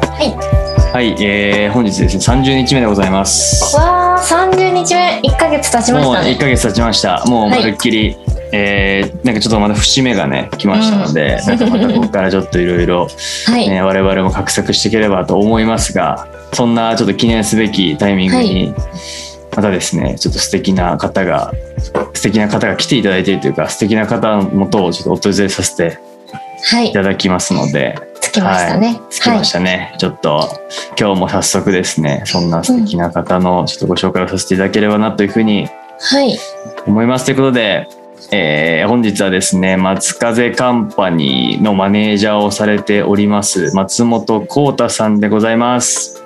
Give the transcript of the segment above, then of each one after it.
はい、えー、本日ですね、30日目でございます。わあ、三十日目、一ヶ月経ちまもしうた1ね。ヶ月経ちました。もうはいまるっきり、えーなんかちょっとまだ節目がね、来ましたので、うんなんかまたここからちょっといろいろ、 はい、ね我々も画策していければと思いますが、そんなちょっと記念すべきタイミングに、またですね、ちょっと素敵な方が、素敵な方が来ていただいているというか、素敵な方のもとをちょっと訪れさせてはいい、ただきますので、つきましたね。つきましたね、ちょっと今日も早速ですねそんな素敵な方のちょっとご紹介をさせていただければなというふうにはい、はい、思いますということで、えー本日はですね松風カンパニーのマネージャーをされております松本幸太さんでございます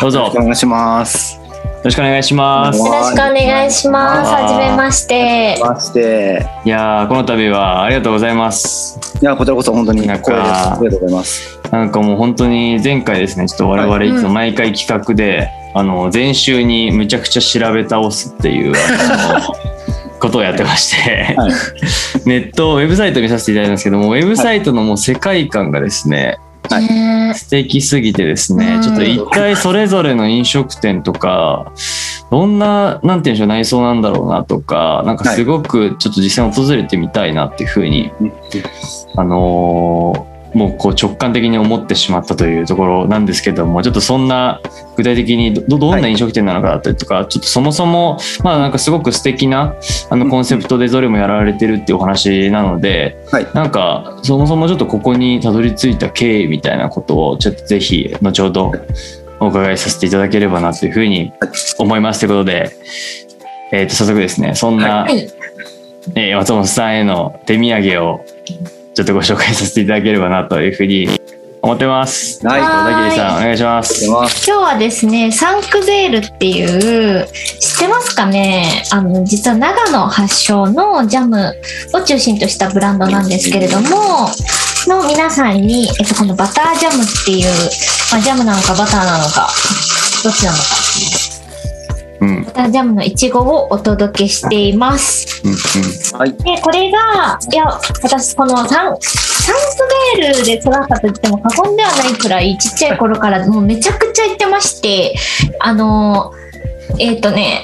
どうぞよろしくよお願いします。ろしくお願いしますよろしくお願いします。あーはじめまして。まして、いやーこの度はありがとうございますいやこちらこそ本当にな光栄んでかす。ありがとうございます。なんかもう本当に前回ですねちょっと我々いつも毎回企画で、あの前週にむちゃくちゃ調べ倒すっていうあの ことをやってまして、はいネットウェブサイト見させていただいたんですけどもウェブサイトのもう世界観がですね、はいね素敵すぎてですねうんちょっと一体それぞれの飲食店とかどんななんていうんでしょう内装なんだろうなとかなんかすごくちょっと実際訪れてみたいなっていうふうに、あのーもうこう直感的に思ってしまったというところなんですけどもちょっとそんな具体的にどどんな飲食店なのかだったりとか、ちょっとそもそもまあなんかすごく素敵なあのコンセプトでどれもやられてるっていうお話なので、はいなんかそもそもちょっとここにたどり着いた経緯みたいなことをちょっとぜひ後ほどお伺いさせていただければなというふうに思いますということで、えー、と早速ですねそんな、はいえー松本さんへの手土産をちょっとご紹介させていただければなというふうに思ってます。はい、はあ小田切さんおは願いします。りがとうございます。今日はですね、サンクゼールっていう、知ってますかねあの、実は長野発祥のジャムを中心としたブランドなんですけれども、の皆さんに、えっと、このバタージャムっていう、まあ、ジャムなのかバターなのか、どっちなのか、うんうんバタージャムのいちごをお届けしています。うんはい、で、これが、いや、私、このサン、サンクベールで育ったと言っても過言ではないくらい、ちっちゃい頃からもうめちゃくちゃ行ってまして、あの、えっ、とね、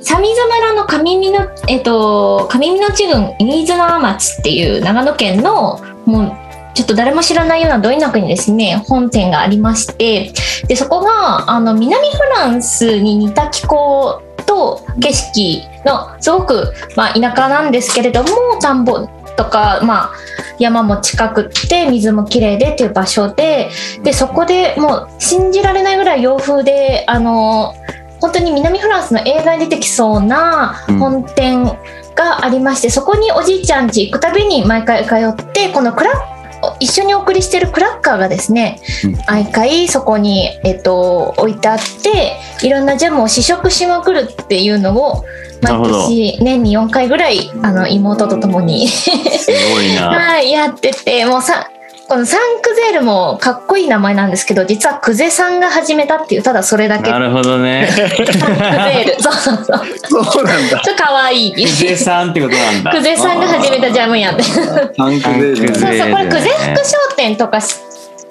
サミズ村の上美の、えっ、と、上美の地郡飯綱町っていう長野県の、もう、ちょっと誰も知らないようなど田舎にですね、本店がありまして、で、そこが、あの、南フランスに似た気候と景色の、すごくまあ、田舎なんですけれども田んぼとか、まあ、山も近くって水もきれいでっていう場所ででそこでもう信じられないぐらい洋風であの本当に南フランスの映画に出てきそうなうん本店がありまして、そこにおじいちゃん家行くたびに毎回通ってこのクラッ一緒にお送りしてるクラッカーがですね、うん毎回そこに、えっと、置いてあっていろんなジャムを試食しまくるっていうのをな毎るほど年年に4回ぐらいあの妹と共にすごいな。はい、やってて、もうさ、このサンクゼールもかっこいい名前なんですけど、実はクゼさんが始めたっていう、ただそれだけ。なサンるほどね。クゼール。そうそうそう。ちそうなんだ。ょっとかわいい。クゼさんってことなんだ。クゼさんが始めたジャムやんで。そうタンクベータルンクね。ベそう、これクゼね福商店とか知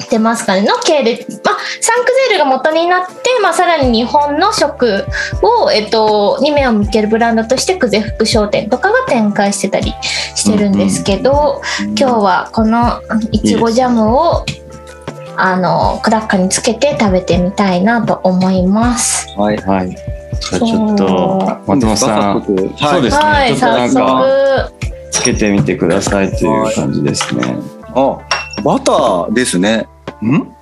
ってますかねの系列。まあ、サンクゼールが元になって、まあ、さらに日本の食を、えっと、に目を向けるブランドとしてクゼ福商店とかが展開してたりしてるんですけど、今日はこのいちごジャムをあのクラッカーにつけて食べてみたいなと思います。はい。はい。じゃあちょっと松本さん、いいですか早速そうですね。はい、ちょっとな早んか速。つけてみてくださいという感じですね。あ、バターですね。ん？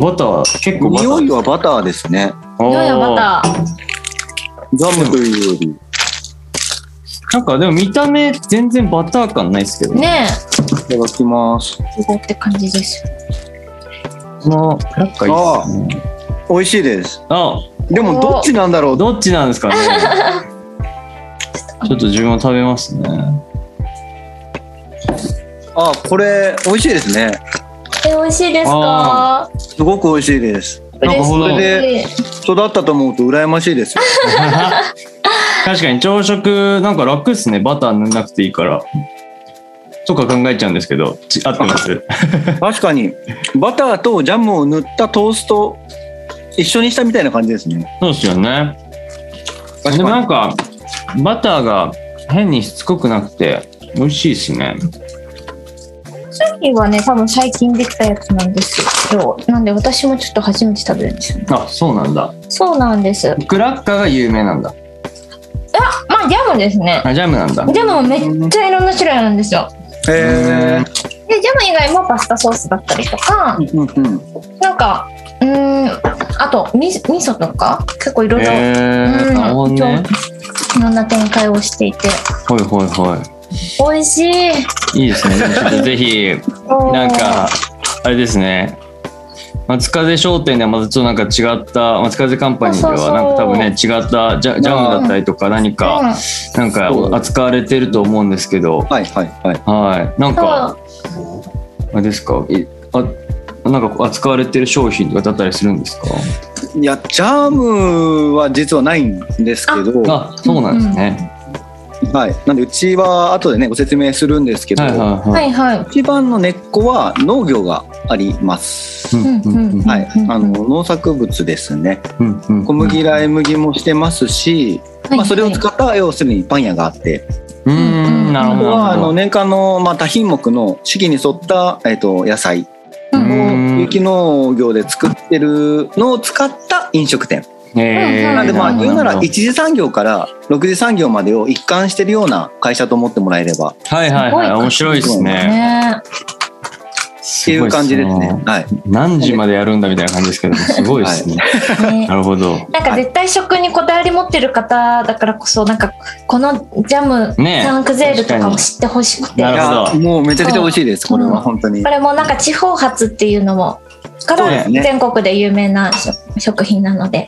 バター結構バター。匂いはバターですね。おーどうやバター。ザムというより。なんかでも見た目全然バター感ないですけど。ねいただきます。え、すごいって感じです。このなんかいいですね。美味しいです。あ、でもどっちなんだろう。どっちなんです かね。ちょっと自分も食べますね。あ、これ美味しいですね。え、美味しいですかあ。すごく美味しいです。なるほど これ嬉しい。育ったと思うと羨ましいですよ。確かに朝食なんか楽っすね。バター塗んなくていいから。とか考えちゃうんですけど、ち合ってます。確かにバターとジャムを塗ったトースト一緒にしたみたいな感じですね。そうですよね。確でもかなにんか、バターが変にしつこくなくて、美味しいですね。さっきはね、多分最近できたやつなんですよ。なんで私もちょっと初めて食べるんですよね。あ、そうなんだ。そうなんです。クラッカーが有名なんだ。まあジャムですね。あ、ジャムなんだ。ジャムもめっちゃいろんな種類あるんですよ。へで、ジャム以外もパスタソースだったりとか、ーうんうんなんか、うーん、あと、み味噌とか、結構いろいろ、へー、なるほうどん、ね。いはいろんな展開をしていて、はいは美味しい。い。いい ですね。でもちょっとぜひ、なんか、あれですね。松風商店ではまたちょっとなんか違った松風カンパニーでそうそはうなんか多分ね違ったジャジャムだったりとか何うん、かなんか扱われてると思うんですけどはいはいはい。はいなんかあれですかいあなんか扱われてる商品とかだったりするんですかいや、ジャムは実はないんですけど、はあそうなんですね、い。なんで、うちは後でね、ご説明するんですけど、はいはいそうは、はいいはい。一番の根っこは農業があります。うんうんうんはいうんう、んあの農作物ですね。うんうん小麦、来麦もしてますし、まあ、それをはい使った要するにパン屋があって、うーんなるあほとどはあのな年間のまあ多品目の四季に沿ったえっと野菜うるほどんうん有機農業で作ってるのを使った飲食店。えーうんなんでまあるほど言うならるほど一次産業から六次産業までを一貫してるような会社と思ってもらえればっはいはいはい面白いですねねってていう感じですね。はい。何時までやるんだみたいな感じですけどもすごいですね、ね なるほどなんか絶対食にこだわり持ってる方だからこそなんかこのジャムねえサンクゼールとかも知ってほしくて、なるほどいやもうめちゃくちゃ美味しいです。これは本当にこ。れもなんか地方発っていうのもかそうらですね全国で有名な食食品なので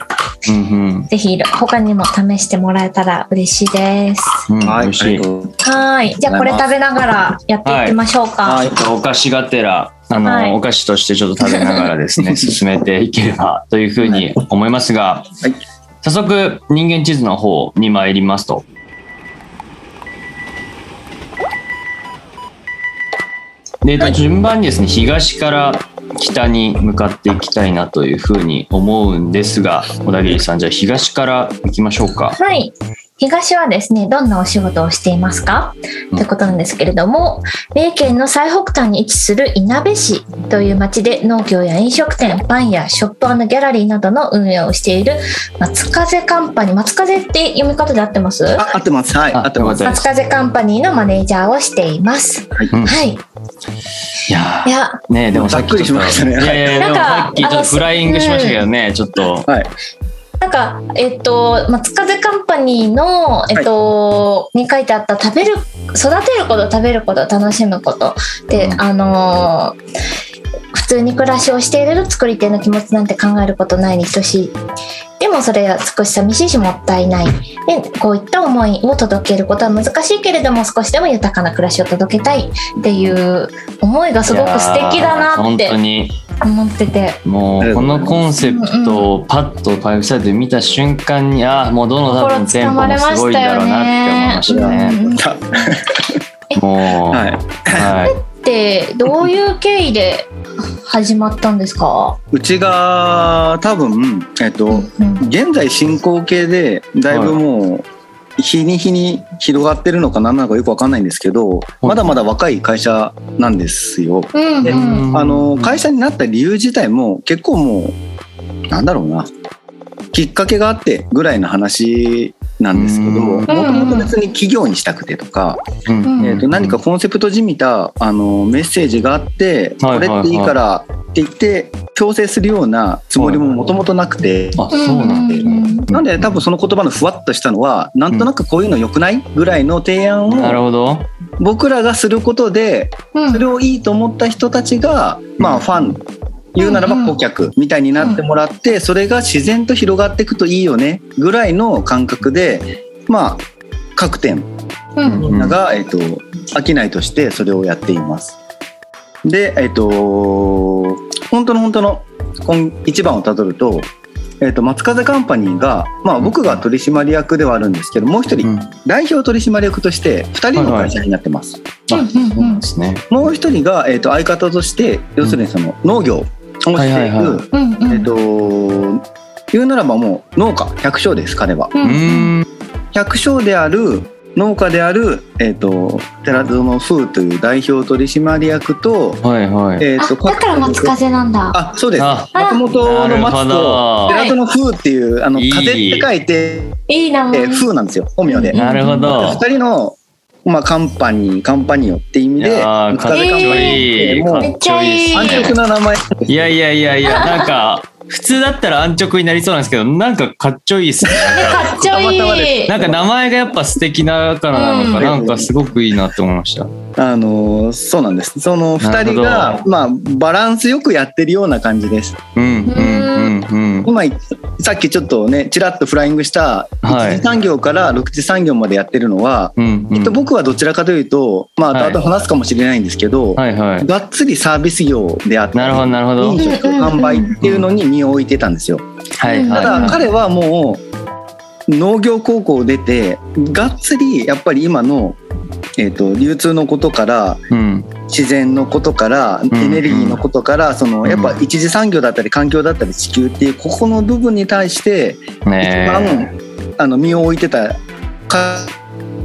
うんぜひ他にも試してもらえたら嬉しいですうん、うん、は美い。味しいありがとうはーいじゃあこれ食べながらやっていきましょうか、はいちょっとお菓子がてら、あの、はいお菓子としてちょっと食べながらです ね、進めていければというふうに思いますが、はい早速人間地図の方に参りますと。で、えっと順番にですね、東から北に向かっていきたいなというふうに思うんですが、小田切さん、じゃあ東から行きましょうか。はい。東はですね、どんなお仕事をしていますかうんということなんですけれども、三重県の最北端に位置するいなべ市という町で農業や飲食店、パン屋、ショップギャラリーなどの運営をしている松風カンパニー、松風って読み方で合ってますあ合ってます。はい。あ合ってます。よかっ松風カンパニーのマネージャーをしています。うんはい。いやいや、ーねえでもさざっくりしましたねいやいやいやでもさっきちょっなとんかフライングしましたけどね、ちょっと。はい。なんか、えっと、松風カンパニーの、えっと、に書いてあった食べる、育てること、食べること、楽しむこと。で、うんあのー普通に暮らしをしていると作り手の気持ちなんて考えることないに等しい。でもそれは少し寂しいしもったいない。で、こういった思いを届けることは難しいけれども少しでも豊かな暮らしを届けたいっていう思いがすごく素敵いだやーなっ本当てに思ってて。もありうがとこうございのますコンセプトをパッとパイプサイトで見た瞬間にあーもうどの多分店舗もすごいだろうなって思いましたうね。んもう、は。はいい、ってどういう経緯で始まったんですか、うちが多分えっうとんうん現在進行形でだいぶもう日に日に広がってるのか何なのかよくわかんないんですけどまだまだ若い会社なんですよ。うんでうんうんあの会社になった理由自体も結構もうなんだろうなきっかけがあってぐらいの話なんですけどうんもともと別に企業にしたくてとか、うんえー、と何かコンセプトじみたあのメッセージがあってはいはこいれはいっていいからって言って強制するようなつもりももともとなくて。あそうなんだ、うんうんなんで多分その言葉のふわっとしたのはなんとなくこういうの良くないぐらいの提案なるをほど。僕らがすることでうんそれをいいと思った人たちがまあファン言うならば顧客みたいになってもらってそれが自然と広がっていくといいよねぐらいの感覚でまあ各店うんみんなが、えっと商いとしてそれをやっています。で、えっと本当の本当の今一番をたどると,、えっと松風カンパニーが、まあ、僕が取締役ではあるんですけどもう一う人ん代表取締役として2人の会社になってます。あそうなんですね。もう一人が、えっと相方として要するにその農業をしている、はいはいはうんうんえっと言うならばもう農家百姓です彼は。ううーんん。百姓である農家である、えー、と寺園風という代表取締役と,、はいはい。えー、あとだから松風なんだあそうですあ松本の松とど寺園風っていうあのいい風って書いて、いい名え前ー風なんですよ本名で。なるほ二ど。人のまあ、カンパニーカンパニオって意味いでやーかっ松ち風ょカンパニいい。もうかっちょいいっめっちゃ安すね。直な名前いやいやいやいや、なんか、普通だったら安直になりそうなんですけど、なんかかっちょいいっすね。かっちょたまたまいでいなんか名前がやっぱ素敵だからなのか、うんなんかすごくいいなと思いました。あのーそうなんですその二人なるが、まあ、バランスよくやってるような感じですうんうんうんうん。今さっきちょっとねちらっとフライングしたはい1次産業から6次産業までやってるのは、うんうんえっと、僕はどちらかというと、まあ、はい後々話すかもしれないんですけど、はいはい。がっつりサービス業であったなるほどりなるほど。は飲い食販売っていうのに身を置いてたんですよ。はいただは彼はもう農業高校を出てがっつりやっぱり今の、えっと流通のことからい。うん自然のことからんエネルギーのことからそのうんやっぱ一次産業だったり環境だったり地球っていうここの部分に対して一ね番あの身を置いてた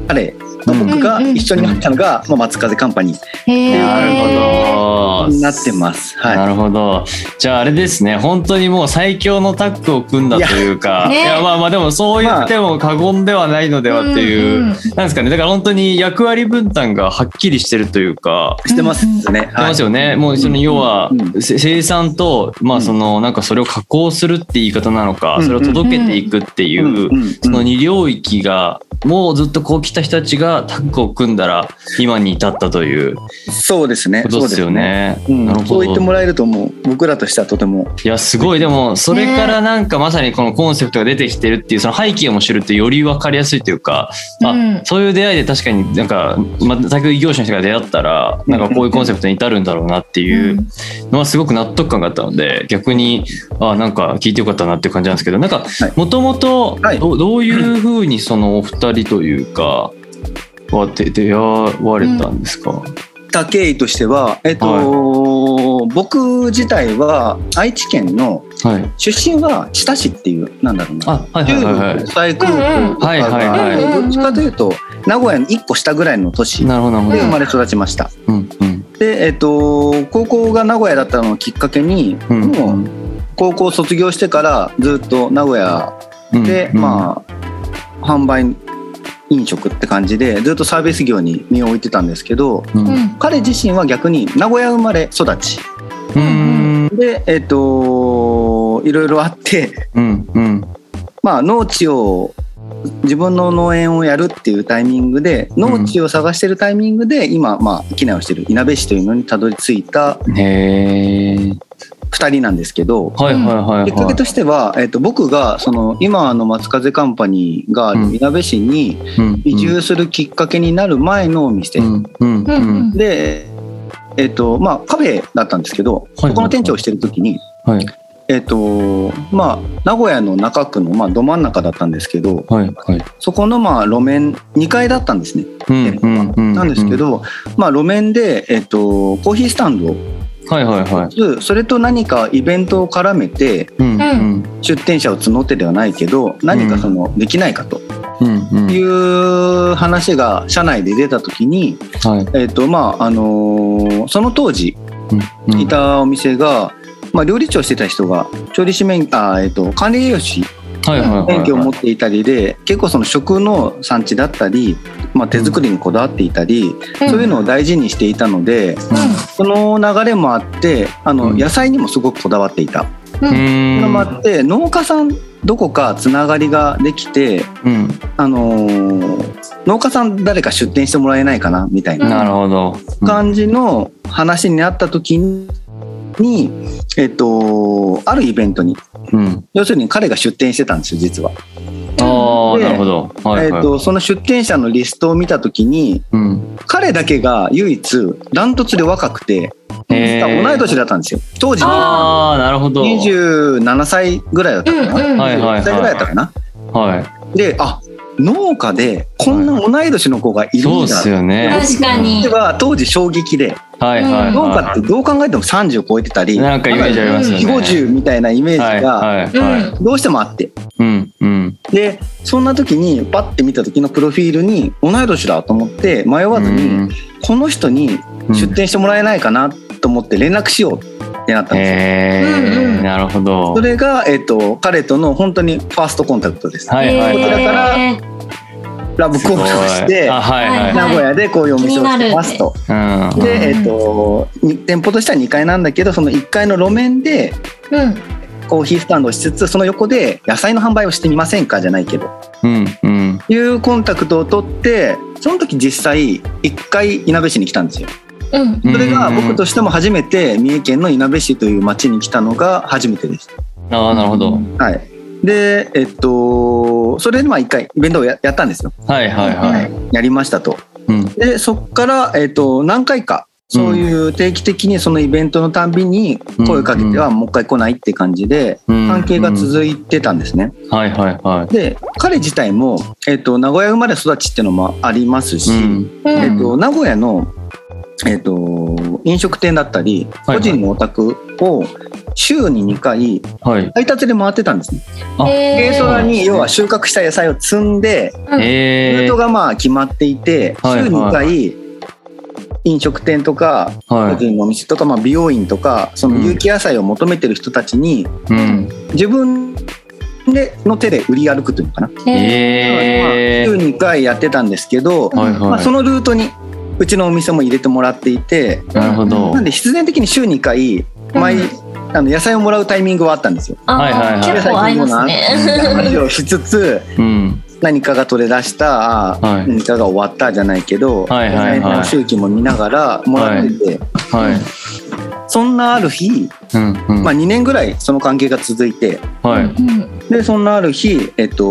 彼と僕がうんうん一緒になったのがまあ松風カンパニーえ。へーなるほにど。なってます。なはるほど。じゃああれですね、本当にもう最強のタッグを組んだというか、いや,、いやねまあまあでもそう言っても過言ではないのではっていう、んんなんですかね、だから本当に役割分担がはっきりしてるというか、い。してますしね。てはまいすよね、もうその要は、うんせ生産と、まあそのなんかそれを加工するって言い方なのか、うんそれを届けていくっていう、うんうんその2領域が、もうずっとこう来た人たちがタッグを組んだら、今に至ったというこそうですね。とですよね。そうですね。うんなるほどそう言ってもらえると思う。僕らとしてはとても。いやすごいでもそれからなんかまさにこのコンセプトが出てきてるっていうその背景も知るとより分かりやすいというか、うんあそういう出会いで確かになんか全く異業種の人が出会ったらなんかこういうコンセプトに至るんだろうなっていうのはすごく納得感があったので逆にあなんか聞いてよかったなっていう感じなんですけどなんかいもともとはいどどういうふうにそのお二人というかは出出会われたんですか、竹井としては、えっと、僕自体は愛知県のはい出身は知多市っていうなんだろうな。あはいはい中はいはい部国際空港とかうんうんはいはいはいがどっちかというと名古屋の一個下ぐらいの都市でなるほどなるほど生まれ育ちました。うんうんで、えっと、高校が名古屋だったのをきっかけに、うんもう高校卒業してからずっと名古屋うんで、うんまあ販売飲食って感じでずっとサービス業に身を置いてたんですけどうんうん彼自身は逆に名古屋生まれ育ちうんでえっ、といろいろあって、うんうんまあ、農地を自分の農園をやるっていうタイミングで農地を探してるタイミングで今、まあ、機内をしてるいなべ市というのにたどり着いたへえ2人なんですけど。はいはいはいはいきっかけとしては、えっと僕がその今の松風カンパニーがあうんるいなべ市に、うん移住するきっかけになる前のお店、うんうんううんんで、えっとまあ、カフェだったんですけど、はいそこの店長をしてる時に、はいえっとまあ、名古屋の中区の、まあ、ど真ん中だったんですけどはいはいそこの、まあ、路面2階だったんですね、うん店舗がなんですけど、まあ、路面で、えっと、コーヒースタンドをはいはいはいつそれと何かイベントを絡めてうんうん出店者を募ってではないけど何かその、できないかとうんうんいう話が社内で出た時に。はいえっとまああのーその当時うんいたお店が、まあ、料理長してた人が調理師免あ、えっと管理栄養士はいはいはい免許を持っていたりで結構その食の産地だったり、まあ、手作りにこだわっていたり、うんそういうのを大事にしていたのでその流れもあってあの、うん野菜にもすごくこだわっていた。ううんんのもあって農家さんどこかつながりができて、うんあのー農家さん誰か出店してもらえないかなみたいな。なるほど感じの話になった時に、えっと、あるイベントにうん要するに彼が出店してたんですよ実は、ああなるほどはいえはっいと、その出店者のリストを見た時にうん彼だけが唯一ダントツで若くて、へー同い年だったんですよ当時ああなるほど27歳ぐらいだったかな、うんうんはいはいはい歳ぐらいだったかな、はいであ農家でこんな同い年の子がいるそうんっだっすてよね。確かに。は当時衝撃ではいはいうん農家はってどう考えても30超えてたい。りなんかイメージありますよね。 40みたいなイメージはいがはいうん。はい。どうしてもあってうんうん。でそんな時にパッて見た時のプロフィールに同い年だと思って迷わずにこの人にうん出店してもらえないかなと思って連絡しようってなったんでへすよ。うんうえんなるほど。それが、えっと彼との本当にファーストコンタクトです。はいはいこちはらい。からえーラブすコーごルをいしてあはいはいは名古屋でこういうお店をしてますと。はになるで、えうんっとに店舗としては2階なんだけどその1階の路面でうん。コーヒースタンドをしつつその横で野菜の販売をしてみませんかじゃないけどい。うんうんいうコンタクトを取ってその時実際1回いなべ市に来たんですよ。うん。うん。それが僕として。しても初めて三重県のいなべ市という町に来たのが初めてです。ああなるほど。はい、でえっとそれでまあ1回イベントをややったんですよ。はいはいはい。やりましたと。うんでそこから、えっと何回かそういう定期的にそのイベントのたんびに声かけてはもう一回来ないって感じでうん関係が続いてたんですね。うんはいはいはで彼自体も、えっと名古屋生まれ育ちっていうのもありますし、い。うんうえっん。と名古屋の、えっと飲食店だったりはいはい個人のお宅を週に2回はい。配達で回ってたんですね。あえ軽ートラに要は収穫した野菜を積んでうんえルーえトがまあ決まっていて、はい週2回飲食店とか個は人のお店とか、まあ、美容院とかそのうん有機野菜を求めてる人たちにい。うん。自分での手で売り歩くというのかな、ええ週2回やってたんですけど、はいまあ、そはのルートにうちのお店も入れてもらっていてい。なるほどな。んで必然的に週2回毎、うんあの野菜をもらうタイミングはあったんですよ。あーはいはいはい結構合いますね。話をしつつうん。何かが取れ出した、あーはい何かが終わったじゃないけど、はいはいはい野菜の周期も見ながらもらってて、はい。そんなある日、うんうん。まあ、2年ぐらいその関係が続いてはい。うん。でそんなある日、えっと、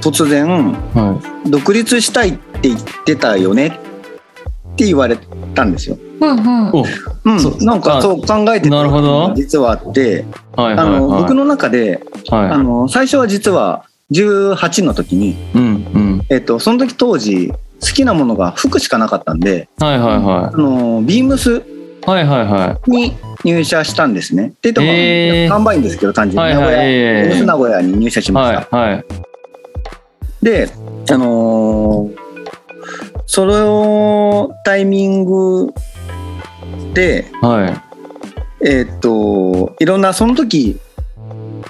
突然は「独立したいって言ってたよね」って言われたんですよ。うんうん。い。うそん、なんかあそう考えてたなるほど実はあってお。はいはいあの、はい。僕の中であはの最初は実は18の時に、い。うんうん。えっと、その時当時好きなものが服しかなかったんではいはいはあのビームスい。はいはいはに入社したんですね。って言っても、へー販売員ですけど単純にはい名はい古屋、いえいえビームス名古屋に入社しい。ました。はいはい。で、あのーそのタイミングで、はい。えーっと、いろんな、その時、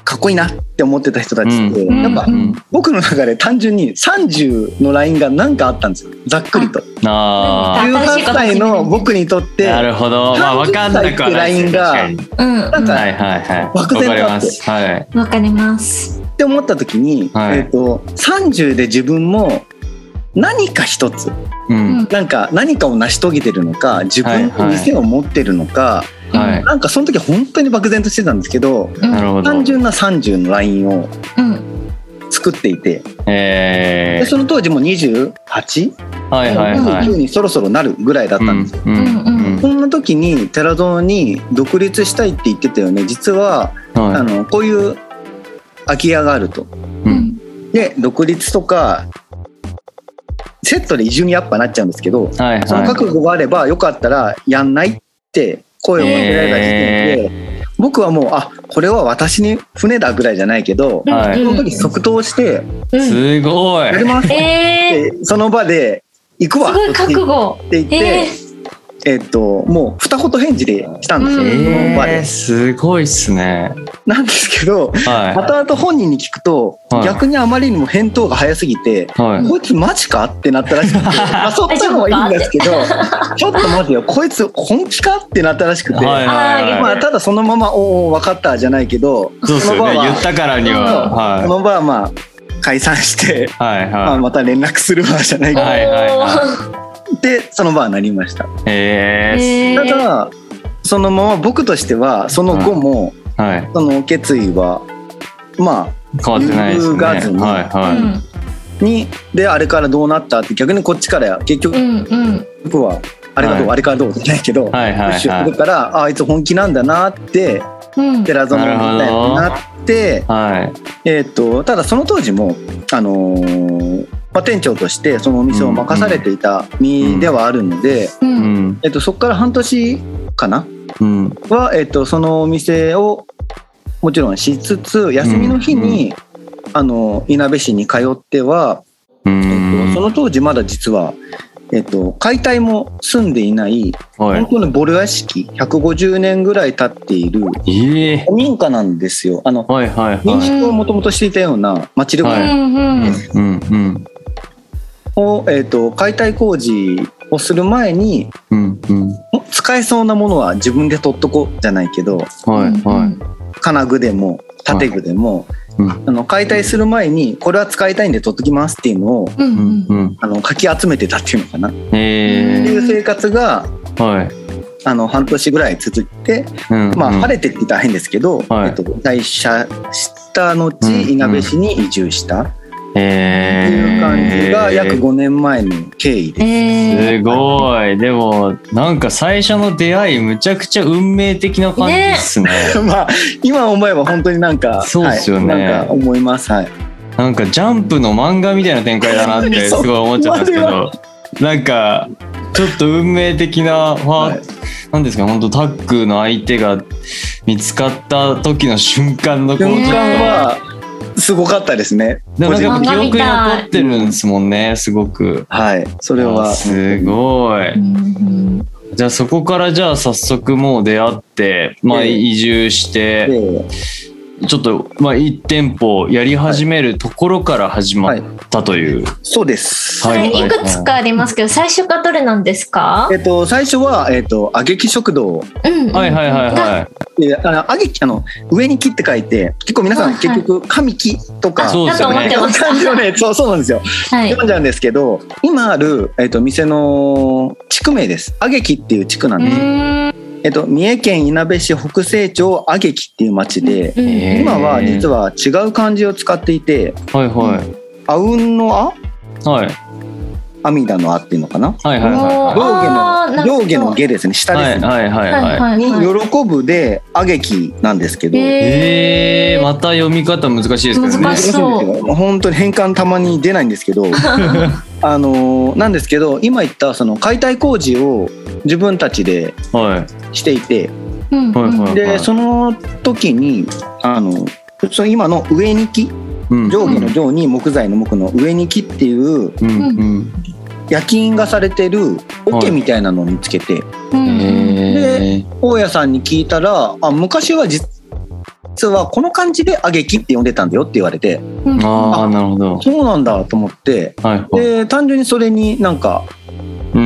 かっこいいなって思ってた人たちって、うんやっうぱん僕の中で単純に30のラインが何かあったんですよ。ざっくりと。なあ。新しい18形歳の僕にとって、なるほど。まあわかんなくはないですね。確かにうん。なんかはいはいはい。わ漠然とあかってります。はい。わかります。って思った時に、はいえーっと、30で自分も何か一つ、う。うんん。なんか何かを成し遂げてるのか、自分の店を持ってるのか、はい。なんかその時本当に漠然としてたんですけどなるほど。単純な30のラインをうん。作っていてえでその当時も 28?29、ー。はいはいはい。 29にそろそろなるぐらいだったんですよ。うんうんそんな時に寺園に独立したいって言ってたよね実は、うん。あはのこういう空き家があると。い。う。うんん。で独立とかセットで移住にやっぱなっちゃうんですけどはいそのは覚悟があればよかったらやんないって声をかけられた時点で、僕はもうあこれは私に船だぐらいじゃないけど、はいそのう時即答してい。ん。すごいや。ります っえー。てその場で行くわすごいっ覚て悟。言って、ええっともう二言返事でしたんですよ、うんその場えー、ですごいっすね。なんですけどは後々本人に聞くと、はい逆にあまりにも返答が早すぎて。い。はういん。こいつマジかってなったら しくて、まあ、そったのはいいんですけど、ちょっと待てよ、こいつ本気かってなったらしくはて、いはいはいまあ、ただそのまま「おーお分かった」じゃないけどそうっすよね。は言ったからには。そはの場はまあ解散して、い。はいまあ、はまた連絡するわじゃないい。かはいはいはってその場はなりましたい。ええー。ただそのまま僕としてはその後もはい。その決意はま変わってないです揺るね。がずにはいはあにであれからどうなったって逆にこっちから結う局んうんはあれがどはう、いあれからどうじゃないけど、い。はいはいプッシュすはるからああいつ本気なんだなってうん。寺園みたいになって。い。はい。えー、とただその当時も、あのーまあ、店長としてそのお店を任されていた身ではあるので、う。うんんえっと、そこから半年かなうんは、えっと、そのお店をもちろんしつつ休みの日に、あのいなべ市に通っては、うえっと、そんの当時まだ実は、えっと、解体も済んでいないはい本当にボル屋敷150年ぐらい経っているええ古民家なんですよ。あのはいはい民はい宿をもともとしていたような町旅は館いうんううん。んうんを、えっと解体工事をする前にうんうんも使えそうなものは自分で取っとこうじゃないけどはいはいい。金具でも建具でも、うんあの解体する前にこれは使いたいんで取っときますっていうのをううんんうん。うんあのかき集めてたっていうのかなってえいう生活がえはいあの半年ぐらい続いて、うんまあ、晴れれてって言ったら変ですけど、はいえっと、退社した後うんうんいなべ市に移住したってえいう感じが約5 5年前の経緯 です。ええ。すごいでもなんか最初の出会いむちゃくちゃ運命的な感じっすねまあ今思えば本当になんかそうっすよねはい、なんか思いますはいなんかジャンプの漫画みたいな展開だなって すごい思っちゃったんですけどなんかちょっと運命的なファ、はいなんですか本当タックの相手が見つかった時の瞬間のこうちょ瞬っと間はすごかったですねでもなんか記個人憶に残ってるんですもんねすごく。はいそれはあすごい。じゃあそこからじゃあ早速もう出会って、まあ、ええ移住してでちょっとまあ1店舗やり始めるところから始まったという。そうです、はいいくつかありますけど、最初がどれなんですかえ？っと最初はえっと揚げき食堂うんうん。はいはいはいはであの揚げきあの上に木って書いて結構皆さはいんはい結局神木とか、そうだと思ってました。感じを ねそうそうなんですよはい。読んじゃうんですけど今ある、えっと店の地区名です揚げきっていう地区なんです、えっと三重県いなべ市北西町揚げきっていう町で、へー今は実は違う漢字を使っていていはいはい「あうんのあ」はい「阿弥陀のあ」っていうのかなはいはいはいもはういあー上下の上下の下ですね下はでいすね、はいはいはいはい。に喜ぶで「あげき」なんですけど、えー、また読み方難しいですけどね。難しいそう難しいんですけど本当に変換たまに出ないんで すけどあのーなんですけど今言ったその解体工事を自分たちではいしていてうんはいはい。でその時にあのその今の上に木うん上下の上に木材の木の上に木っていううんうん。夜勤がされてる桶みたいなのを見つけて、え大家さんに聞いたらあ昔は実はこの漢字で「あげき」って呼んでたんだよって言われてー、あああなるほど。そうなんだと思ってはいはい。で単純にそれになんかうん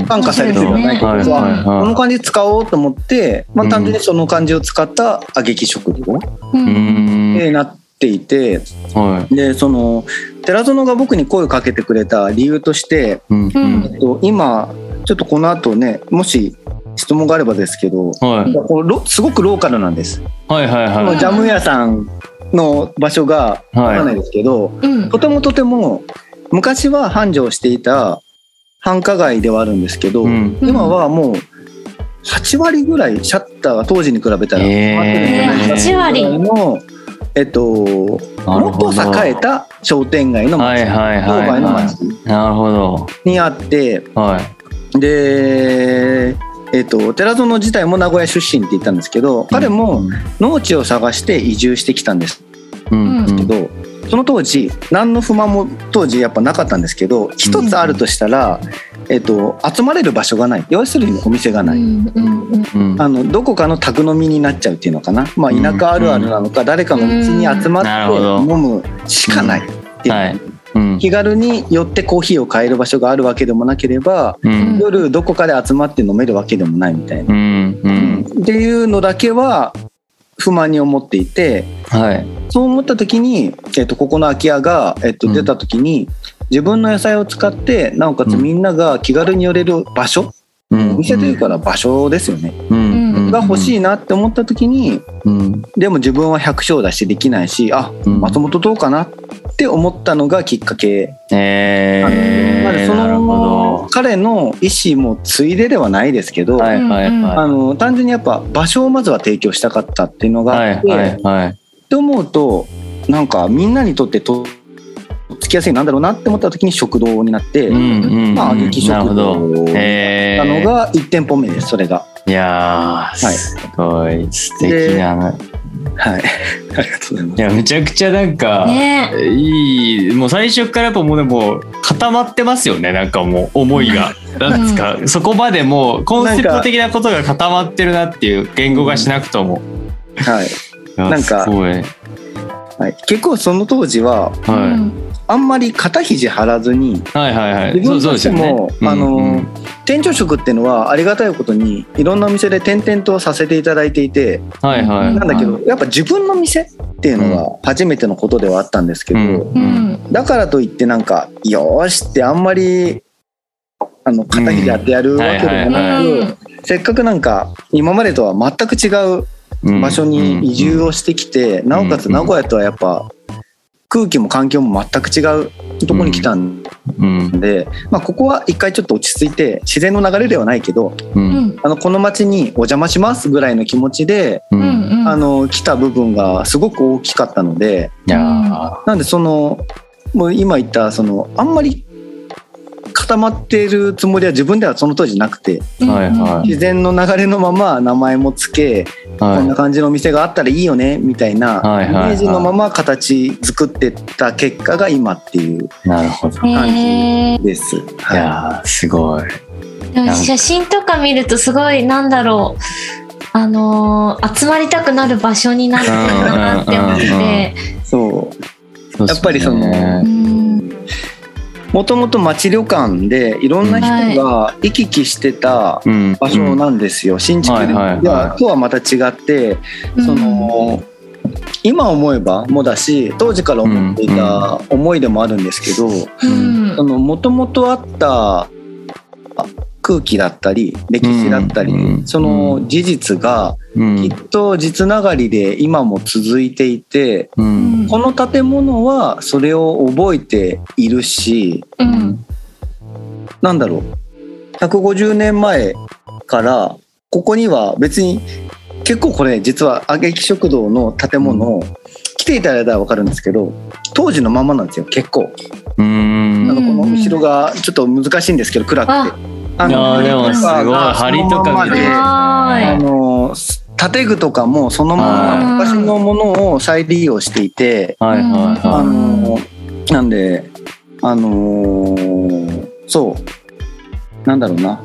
うん。感化されてるじゃないけど、はいそうはいこはの漢字使おうと思って、まうあ、ん単純にその漢字を使った「あげき食い。堂うー」ん。になっていてはい。でその寺園が僕に声をかけてくれた理由として、うんううんん。えっと、今ちょっとこの後ねもし質問があればですけどはいこのロすごくローカルなんです。はいはいこはのいジャム屋さんの場所がわからないですけど、うんとてもとても昔は繁盛していた繁華街ではあるんですけど、うん。今はもう8割ぐらいシャッターが当時に比べたらへー閉まってるんじゃないかなの、えっと、なるもっほとど。栄えた商店街のはい街、はい商はい売のは街い。なるほど。にあってはい。で、えっと、寺園自体も名古屋出身って言ったんですけど彼も農地を探して移住してきたんですうんうんけど、その当時何の不満も当時やっぱなかったんですけど一つあるとしたら、えっと、集まれる場所がない要するにお店がない、うん。あのどこかの宅飲みになっちゃうっていうのかな、まあ、田舎あるあるなのか、誰かの家に集まなっるほどて飲むしかないっていう、はい。うん。気軽に寄ってコーヒーを買える場所があるわけでもなければうん。夜どこかで集まって飲めるわけでもないみたいな、うんうん。っていうのだけは不満に思っていて、はい。そう思った時に、えっとここの空き家が、えっうとん出た時に、自分の野菜を使ってなおかつうんみんなが気軽に寄れる場所、うんお店というから場所ですよね、うんうん。が欲しいなって思った時にうん。でも自分は百姓だしできないしあうん松本どうかなって思ったのがきっかけ、えなんですなー。なのでそるほの彼の意思もついでではないですけど、ど。はいはいあはの単純にやっぱ場所をまずは提供したかったっていうのい。がはあいって、はいはい。って思うとなんかみんなにとってとっつきやすいなんだろうなって思った時に食堂になって、うんうんうんまあ揚げきなる食ほ堂ど。なのえー、が1店舗目ですそれがいやー、はいすごい素敵だな。はい ありがとうございまいすや、むちゃくちゃなんか、ねいいもう最初からやっぱもうでも固まってますよねなんかもう思いがなんですか、そこまでもうコンセプト的なことが固まってるなっていう言語がしなくとも、はい、いやなんかすごいはい、はい、結構その当時はうんあんまり肩肘張らずにはいはいはい自分としても、あの、うんうん店長職っていうのはありがたいことにいろんなお店で転々とさせていただいていてはいはいはいなんだけどやっぱ自分の店っていうのが初めてのことではあったんですけど、うんうんだからといってなんか「よーし」ってあんまりあの肩肘やってやるわけでもはいなはく、うんせっかくなんか今までとは全く違ううん場所に移住をしてきて、なおかうつん名古屋とはやっぱ空気も環境も全く違うところに来たんうんで、まあ、ここは一回ちょっと落ち着いて自然の流れではないけどううんんあのこの町にお邪魔しますぐらいの気持ちで、ううんんあの来た部分がすごく大きかったのでいやーなんでそのもう今言ったそのあんまり固まってるつもりは自分ではその当時なくてはいは自然の流れのまま名前もつけ、こんなは感じのお店があったらいいよねみたいなはいイメはいはいージのまま形作ってった結果が今っていういなるほどへえです。はいいやーすごいでもなんか写真とか見るとすごいなんだろうあのー集まりたくなる場所になってるなって思っうんうんうんて、そうそうっすねやっぱりそのうん、もともと町旅館でいろんな人が行き来してたうん場所なんですよ、新築で,、はいはいはいとはまた違って、その今思えばもだし当時から思っていた思いでもあるんですけどうん、そのもともとあったあ空気だったり歴史だったり、うんうんその事実がうんきっと実ながりで今も続いていて、ううんんこの建物はそれを覚えているしうんなんだろう150年前からここには別に結構これ実は揚げき食堂の建物を来ていただいたら分かるんですけど当時のままなんですよ結構うあんのこのうんうん後ろがちょっと難しいんですけど暗くあてあいやーでもすごい梁とか見見ててるあはの建具とかもそのままはい昔のものを再利用していてはいはいあはのーなんであのーそうなんだろうな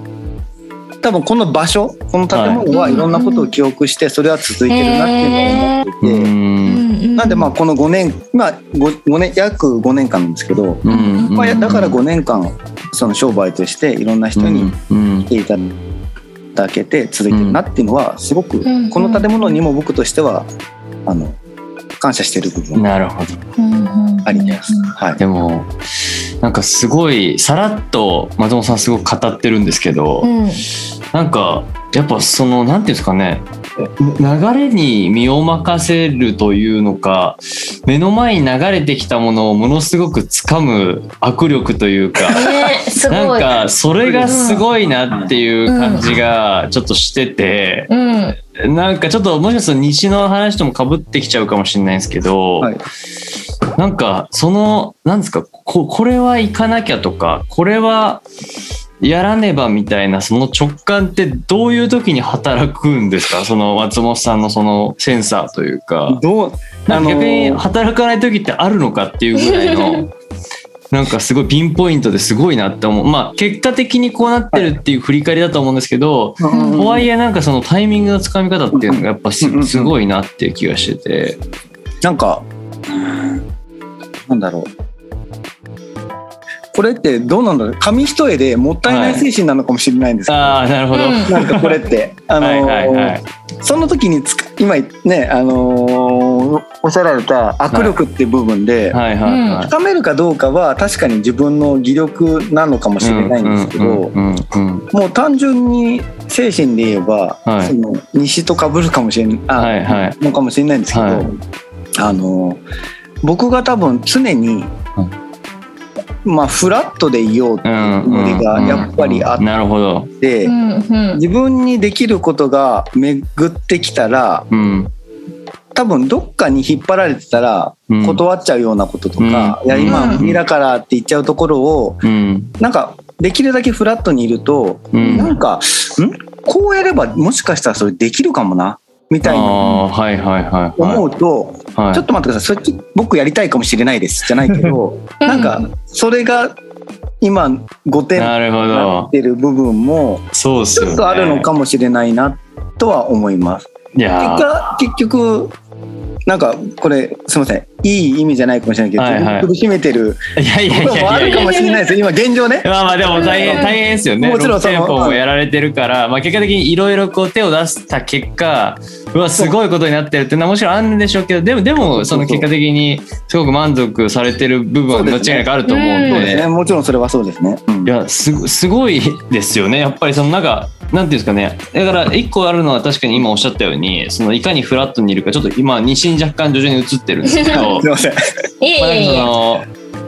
多分この場所この建物ははいいろんなことを記憶してそれは続いてるなっていうのをい。思っていて、い、うんなんでまあこの5年まあ 5, 5年約5年間なんですけど、うんまあやだから5年間その商売としていろんな人にうん来ていただけて続いてるなっていうのはすごくうんこの建物にも僕としてはあの感謝してるう部ん分なるほど。うんうんあります。はいでもなんかすごいさらっと松本さんすごく語ってるんですけど、うんなんかやっぱそのなんていうんですかね流れに身を任せるというのか目の前に流れてきたものをものすごく掴む握力というか。ね すごいなんかそれがすごいなっていう感じがちょっとしてて、うんなんかちょっともしかすると西の話ともかぶってきちゃうかもしれないんですけど、はいなんかそのなんですかここれは行かなきゃとかこれはやらねばみたいなその直感ってどういう時に働くんですかその松本さんのそのセンサーというかどうあなんのか逆に働かない時ってあるのかっていうぐらいの なんかすごいピンポイントですごいなって思うまあ結果的にこうなってるっていう振り返りだと思うんですけど、うんとはいえなんかそのタイミングのつかみ方っていうのがやっぱうんうんうんすすごいなっていう気がしてて。なんかうんなんだろうこれってどうなんだろう紙一重でもったいない精神なのかもしれないんですけど、ああなるほど。うんなんかこ れって、あのはいーはいはい。その時につく今ね、あのーおっしゃられた握力って部分で、はいはいはい。高めるかどうかは確かに自分の技力なのかもしれないんですけど、うんうんうんうんもう単純に精神で言えば、はいその西とかぶるかもしれない、あはいはいのかもしれないんですけど、はいあの僕が多分常に、はまあフラットでいようっていうつもりがやっぱりあっなるほど。て、うんうん自分にできることが巡ってきたらうん多分どっかに引っ張られてたらうん断っちゃうようなこととか、うんいや今うん無理だからって言っちゃうところをうんなんかできるだけフラットにいると、うんなんかんこうやればもしかしたらそれできるかもなみたいなああーはいはいはいはい思うと、はいちょっと待ってくださいそっち僕やりたいかもしれないですじゃないけ どなんかそれが今5点になるほなっどてる部分もそうっすちよ、ね、ょっとあるのかもしれないなとは思います。いや結ー果結局なんかこれすみませんいい意味じゃないかもしれないけど、はいはい自分を苦しめてるいやいやいこともあやいるやいかやもしれないです今現状ね。 まあまあでも大変大変ですよねもちろんそ6の店舗もやられてるから、まあ、結果的にいろいろこう手を出した結果うわすごいことになってるっていうのはもちろんあるんでしょうけどでもでもその結果的にすごく満足されてる部分は間違いなくあると思うんでそうですね、もちろんそれはそうですね。うんいやすごすごいですよねやっぱりそのなんかなんていうんですかねだから一個あるのは確かに今おっしゃったようにそのいかにフラットにいるかちょっと今二進若干徐々に映ってるんですけどすいません。いやいまあやいや。その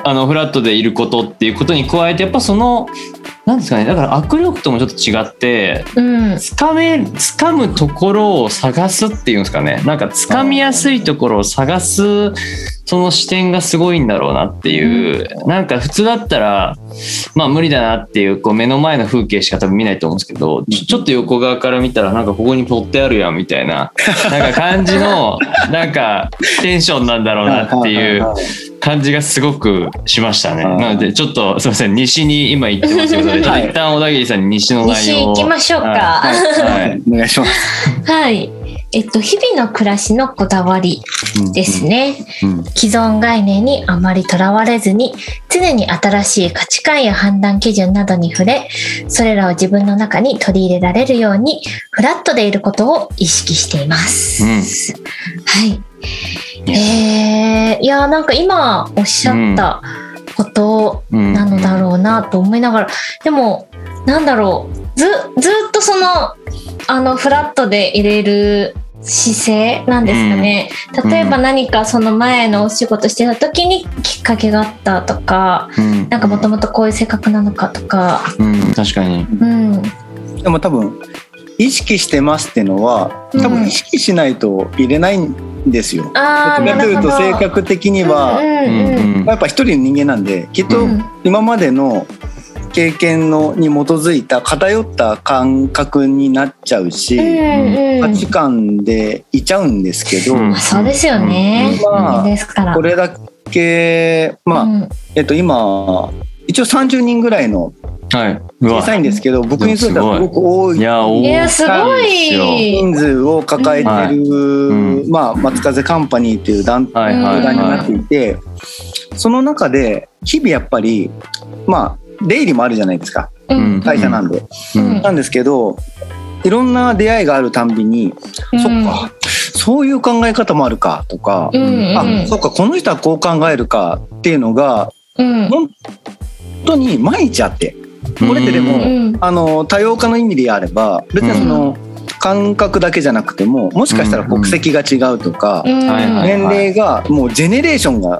あのフラットでいることっていうことに加えてやっぱそのなんですかねだから握力ともちょっと違ってうん。掴め掴むところを探すっていうんですかねなんか掴みやすいところを探すその視点がすごいんだろうなっていう、なんか普通だったらまあ無理だなっていうこう目の前の風景しか多分見ないと思うんですけどちょちょっと横側から見たらなんかここにポってあるやんみたいななんか感じのなんかテンションなんだろうなっていうははは感じがすごくしましたね。はいなので、ちょっと、すみません、西に今行ってます けど、ちょっと一旦小田切さんに西の内西容を。行きましょうか。いはい。お願いします。はい。えっと、日々の暮らしのこだわりですね。うん。既存概念にあまりとらわれずに常に新しい価値観や判断基準などに触れそれらを自分の中に取り入れられるようにフラットでいることを意識しています。うんはい。えー、いやーなんか今おっしゃったことうんなのだろうなと思いながら、でもなんだろうずずっとそのあのフラットで入れる姿勢なんですかね、うん例えば何かその前のお仕事してた時にきっかけがあったとかうん。なんかもともとこういう性格なのかとかうん、確かに。うんでも多分意識してますってのは多うん分意識しないと入れないんですよ。ああどっちなかといるほうどと性格的には、ううんうんん。やっぱ一人の人間なんできっうとん今までの経験のに基づいた偏った感覚になっちゃうし、うんう価ん値観でいちゃうんですけど、うんまあそうですよね、うん人間ですからこれだけまあ、うんえっと今一応30人ぐらいのはい。う小さわ。いんですけど僕にとってはすごく多いいや、多いやすごですよい人数を抱えてる、んはいまあ、松風カンパニーという団はいはい団になはっていて、その中で日々やっぱりまあ出入りもあるじゃないですかい。うん。会社なんで。ううんん。なんですけどいろんな出会いがあるたんびに、うんそっかそういう考え方もあるかとか、うんうんあそっかこの人はこう考えるかっていうのがうん本当に毎日あってこれってでもうんあの多様化の意味であれば別にその、感覚だけじゃなくてももしかしたら国籍が違うとか、うんはいはい年齢がもうジェネレーションが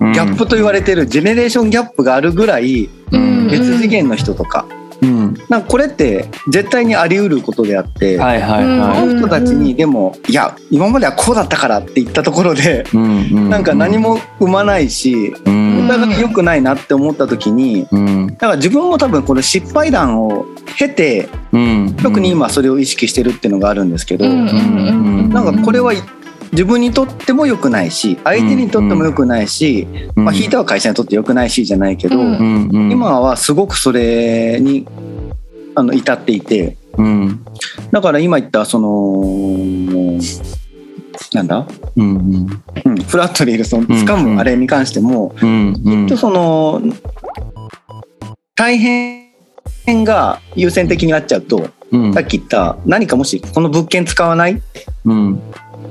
うんギャップと言われてるジェネレーションギャップがあるぐらいうん別次元の人とかうん。なんかこれって絶対にあり得ることであって、はいはいうこはの人たちにでもいや今まではこうだったからって言ったところでい。うん。うなんか何。も生まないしうおん。互い良くないなって思った時にうん。だから自分も多分この失敗談を経てうん。特に。今それを意識してるっていうのがあるんですけど、うんうんうんなんかこれは自分にとっても良くないし相手にとっても良くないし、まあ、引いては会社にとって良くないしじゃないけど、うんうん。うん。。今はすごくそれにあの至っていてうん。だから今言ったそのなんだ、うん。うん。うん、フラットでいるそのん掴むあれに関しても、うん。うんちょっと。その大変が優先的になっちゃうとうんさっき言った何かもしこの物件使わないうん。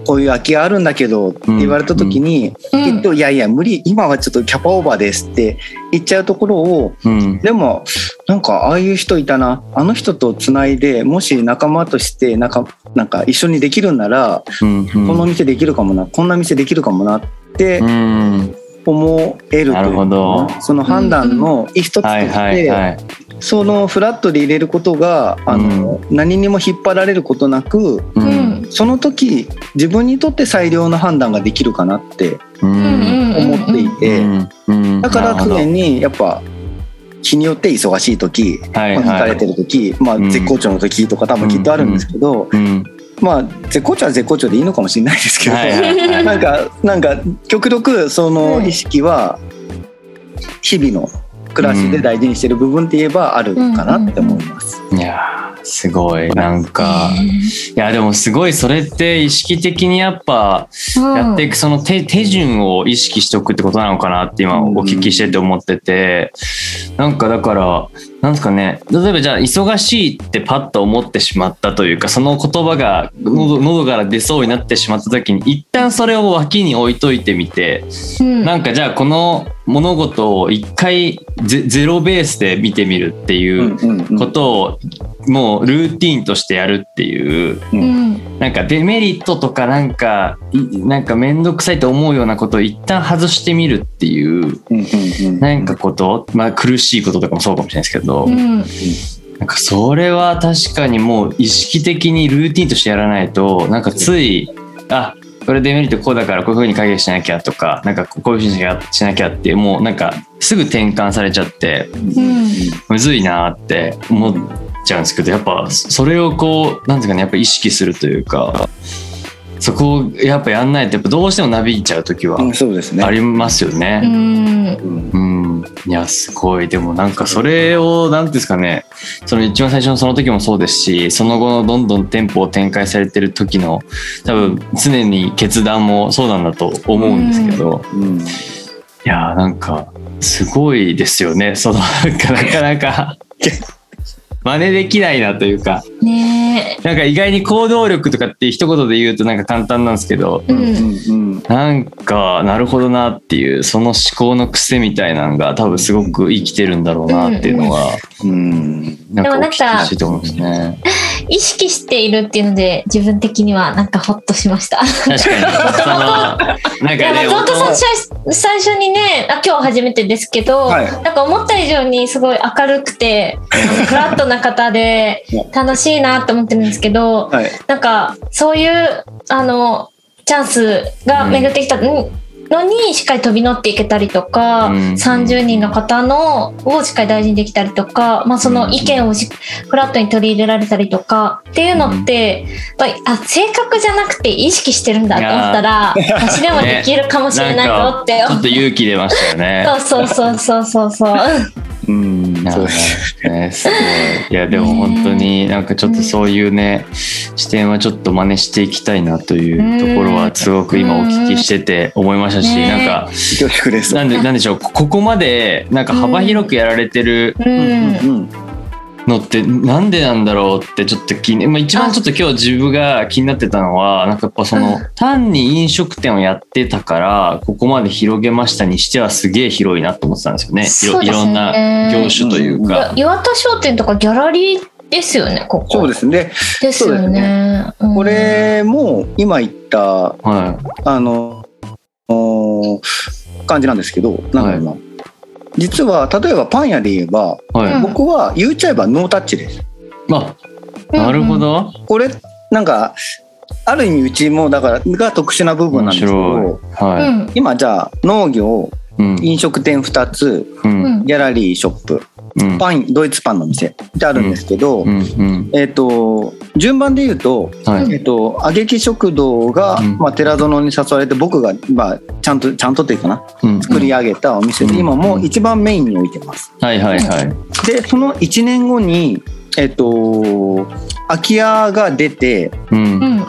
こういう空き家あるんだけどって言われた時に、うんきっといやいや無理今はちょっとキャパオーバーですって言っちゃうところをうん。でもなんかああいう人いたなあの人とつないでもし仲間としてなんかなんか一緒にできるんなら、うん。この店できるかもなこんな店できるかもなってうん。思えるというなかるほどその判断の一つとして、はいはいはい。そのフラットで入れることがあの、何にも引っ張られることなくううんその時自分にとって最良の判断ができるかなってううんん思っていて、うんだからなるほど常にやっぱ日によって忙しい時、はいまあ疲れてはいる時、まあ、うん絶好調の時とか多分きっとあるんですけど、うんまあ絶好調は絶好調でいいのかもしれないですけど、はいはいはいなんかなんか極力その意識は日々の暮らしで大事にしてる部分って言えばあるかなって思います。いやーすごいなんかいやでもすごいそれって意識的にやっぱやっていくその手手順を意識しておくってことなのかなって今お聞きしてて思っててなんかだからなんですかね例えばじゃあ忙しいってパッと思ってしまったというかその言葉が喉喉から出そうになってしまった時に一旦それを脇に置いといてみてなんかじゃあこの物事を一回ゼゼロベースで見てみるっていううんうんうんことをもうルーティンとしてやるっていうなんかデメリットとかなんかいなんか面倒くさいと思うようなことを一旦外してみるっていううんうんうんなんかこと、まあ、苦しいこととかもそうかもしれないですけど、なんかそれは確かにもう意識的にルーティンとしてやらないとなんかついあこれデメリットこうだからこういうふうに解決しなきゃとかなんかこういうふうにしなきゃしなきゃってもうなんかすぐ転換されちゃってむずいなって思っちゃうんですけどやっぱそれをこうなんていうかねやっぱ意識するというかそこをやっぱやんないとやっぱどうしてもなびいちゃう時はうんそうですね。ありますよね。うんうん、いやすごいでもなんかそれを何ていうんですかねその一番最初のその時もそうですしその後のどんどん店舗を展開されてる時の多分常に決断もそうなんだと思うんですけど、うんいやーなんかすごいですよねそのなんかなかなか真似できないなというかねなんか意外に行動力とかって一言で言うとなんか簡単なんですけどえ。う。うんんなんかなるほどなっていうその思考の癖みたいなのが多分すごく生きてるんだろうなっていうのはうんなんかでもおなん聞きかしてて思いますね。意識しているっていうので、自分的にはなんかホッとしました。確かにそのなんいや、かね松本さん最初最初にね、あ今日初めてですけど、はいなんか思った以上にすごい明るくて、フラットな方でう楽しいなと思ってるんですけど、はい。なんかそういうあのチャンスが巡ってきたのにしっかり飛び乗っていけたりとか、うん30人の方のをしっかり大事にできたりとか、まあ、その意見をしフラットに取り入れられたりとかっていうのって、やっぱりあ性格じゃなくて意識してるんだと思ったら私でもできるかもしれな いなんぞかってちょっと勇気出ましたよね。 そうそうそうそうそううんなそるうほでどす。ね、すごい。いや、でも本当になんかちょっとそういうね、視点はちょっと真似していきたいなというところはすごく今お聞きしてて思いましたし、うんなんか、 恐縮です。なんで、なんでしょう、ここまでなんか幅広くやられてるうん、うんうんのってなんでなんだろうってちょっと気に、まあ、一番ちょっと今日自分が気になってたのはなんかやっぱそのう単に飲食店をやってたからここまで広げましたにしてはすげえ広いなと思ってたんですよねいそろういですねろんな業種というか。いや岩田商店とかギャラリーですよねここそうですね。ですよそうですね。うんこれも今言ったはあのお感じなんですけど、なんか今、実は例えばパン屋で言えば、い、はいうん僕は言っちゃえばノータッチです。あなるほ。ど。これなんかある意味うちもだからが特殊な部分なん面ですけ白ど、い。うんうはん今じゃあ農業、い。うん。飲食店2つ、う。うんんギャラリーショップ、うん。パンドイツパンの店ってあるんですけど、うん。うん。えっ、と順番で言うとはうんい。えっと、揚げき食堂が、うんまあ、寺園に誘われて僕が、まあ、ちゃんとちゃんとというかなうん。作り上げたお店で、うん今もうんう一番メインに置いてます。はいはいはい。でその1年後に、えっと、空き家が出てうん。うはいん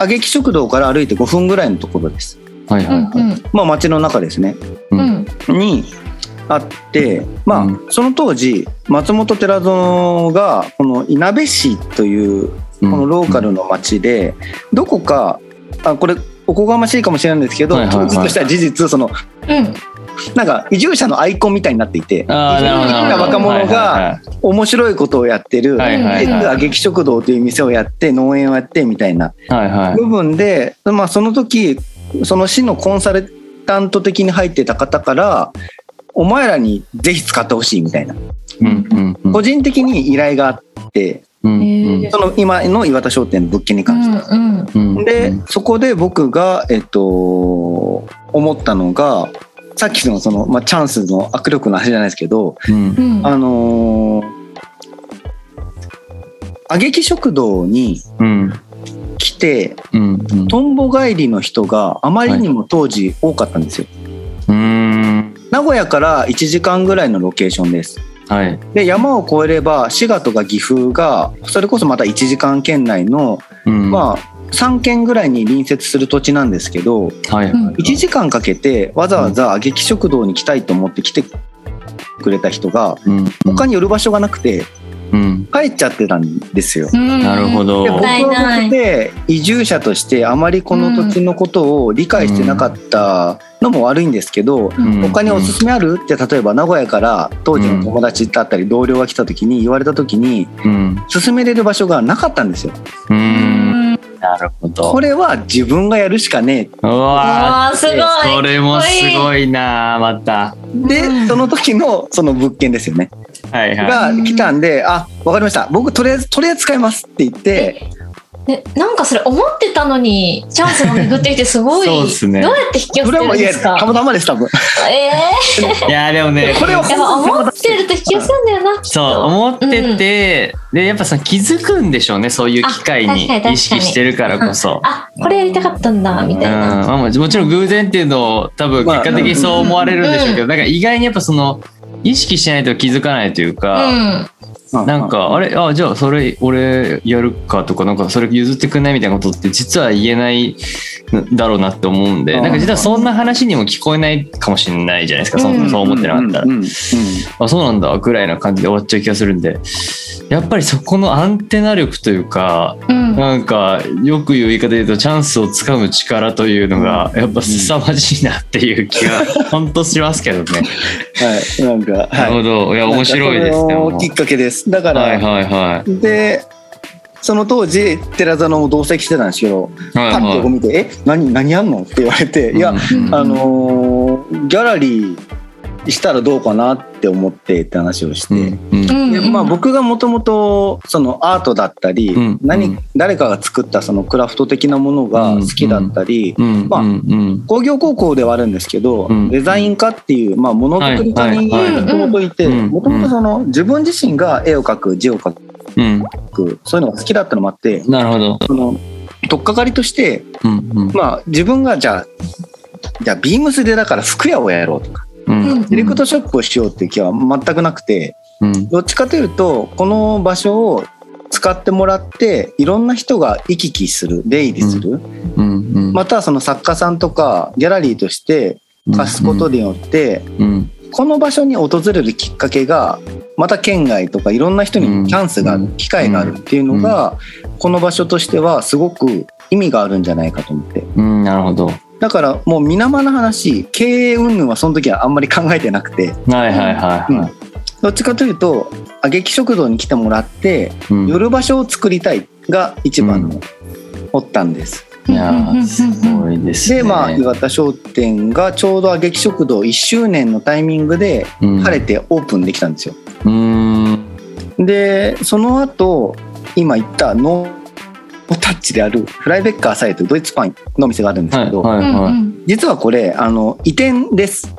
揚げき食堂から歩いて5分ぐらいのところです。はいうんうはんまあ、街の中ですねい。うんにあって、まあうんその当時松本寺園がこのいなべ市といううんこのローカルの街で、どこかあこれおこがましいかもしれないんですけど、はいはいはいちょっとした事実そのうんなんか移住者のアイコンみたいになっていてああ、なるほどなるほど。若者がは面白いことをやってる。はいいははいでいはいはい。劇食堂という店をやって農園をやってみたいなはいはい部分で、まあ、その時その市のコンサルタント的に入ってた方からお前らにぜひ使ってほしいみたいなうんうんうん個人的に依頼があってううんへーその今の岩田商店の物件に関しては。うんうんうんで、そこで僕が、えっと、思ったのが、さっきのその、まあ、チャンスの握力の話じゃないですけど、うんうんあのー、あげき食堂にうん来て、うんうんとんぼ帰りの人があまりにも当時多かったんですよ。うん名古屋から1時間ぐらいのロケーションです。はいで、山を越えれば、滋賀とか岐阜が、それこそまた1時間圏内の、うんまあ、3県ぐらいに隣接する土地なんですけど、はいうん1時間かけてわざわざ劇食堂に来たいと思って来てくれた人がうん他に寄る場所がなくてうん帰っちゃってたんですよ。うんなるほどでも僕ったいなはいで移住者としてあまりこの土地のことを理解してなかったのも悪いんですけどうん他におすすめあるって例えば名古屋から当時の友達だったり同僚が来た時に言われた時にうん勧めれる場所がなかったんですよ。ううんんなるほどこれは自分がやるしかねえうわわーすごいーそれもすごいなーまたうでんその時のその物件ですよね。はいはが来たんで、あ、わかりました。僕とりあえず、とりあえず使いますって言って、ね、なんかそれ思ってたのにチャンスが巡ってきてすごいそうっすねどうやって引き寄こせてれはるもんう、いでや、すたかまたまです、多分。えいいやーでもねこれはえー、やっぱ思ってると引き寄せるんだよなそう思ってて、でやっぱさ気づくんでしょうねそういう機会あ確かに確にかに意識してるからこそ。あこれやりたかったんだみうんたいな、まあ、もちもちろん偶然っていうのを多分結果的にそう思われるんでしょうけど、なんか意外にやっぱその意識しないと気づかないというか、なんかあれあじゃあそれ俺やるかとかなんかそれ譲ってくんないみたいなことって実は言えないんだろうなって思うんで、うんなんか実はそんな話にも聞こえないかもしれないじゃないですか、そうんそう思ってなかったら。うんうんうんあそうなんだぐらいな感じで終わっちゃう気がするんでやっぱりそこのアンテナ力というかうんうんなんかよく言う言い方で言うとチャンスをつかむ力というのがやっぱ凄まじいなっていう気が本当しますけどね。はい、なんか、なるはほどいやい。面白いですね。なんかそれをきっかけです。だから、はいはいはで、その当時、寺座の同席してたんですけど、い。はいパッとこうは見て、え、何、何やんのって言われて、い。いや、うんあのーギャラリーしたらどうかなって思ってって話をしうて、んうんうんでまあ、僕がもともとそのアートだったり、うんう何ん誰かが作ったそのクラフト的なものが好きだったり、うんまあうん工業高校ではあるんですけど、うんデザイン科っていうまあものづくり科にはいはいもともといてうんもともとその自分自身が絵を描く字を描うんくそういうのが好きだったのもあってなるほど。その取っかかりとして、うんうんまあ、自分がじゃあじゃあビームスでだから服屋をやろうとかうんセレクトショップをしようっていう気は全くなくて。うんどっちかというとこの場所を使ってもらっていろんな人が行き来する出入りする、うんうんまたはその作家さんとかギャラリーとして貸すことによって、うんこの場所に訪れるきっかけがまた県外とかいろんな人にチャンスがあうる、ん機会があるっていうのが、この場所としてはすごく意味があるんじゃないかと思ってうんなるほど。はだからもう皆間の話経営云々はその時はあんまり考えてなくていはいはいはどっちかというとあげき食堂に来てもらってい。うん夜場所を作りたいが一番のおったんです。いやーすごいですね。で、まあ、岩田商店がちょうどあげき食堂1周年のタイミングでうん晴れてオープンできたんですよ。うん。で、その後、今言ったノータッチであるフライベッカーサイトドイツパンのお店があるんですはけいど、はいうんうはん実はこれ、あの、移転です。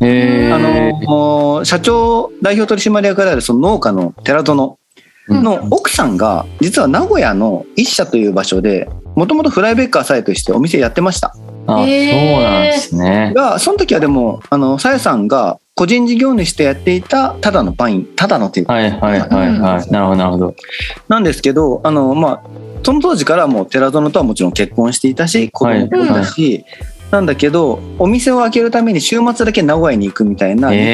い。へーあの、社長代表取締役であるその農家の寺園の奥さんが実は名古屋の一社という場所でもともとフライベッカーさえとしてお店やってましたあ、へーそうなんですね。がその時はでもあのさやさんが個人事業主とやっていたただのパインただのっていうはいはいはいはい。なるほどなるほど。なんですけどあのまあその当時からもう寺園とはもちろん結婚していたし子供もいたし、なんだけどお店を開けるために週末だけ名古屋に行くみたいな日常店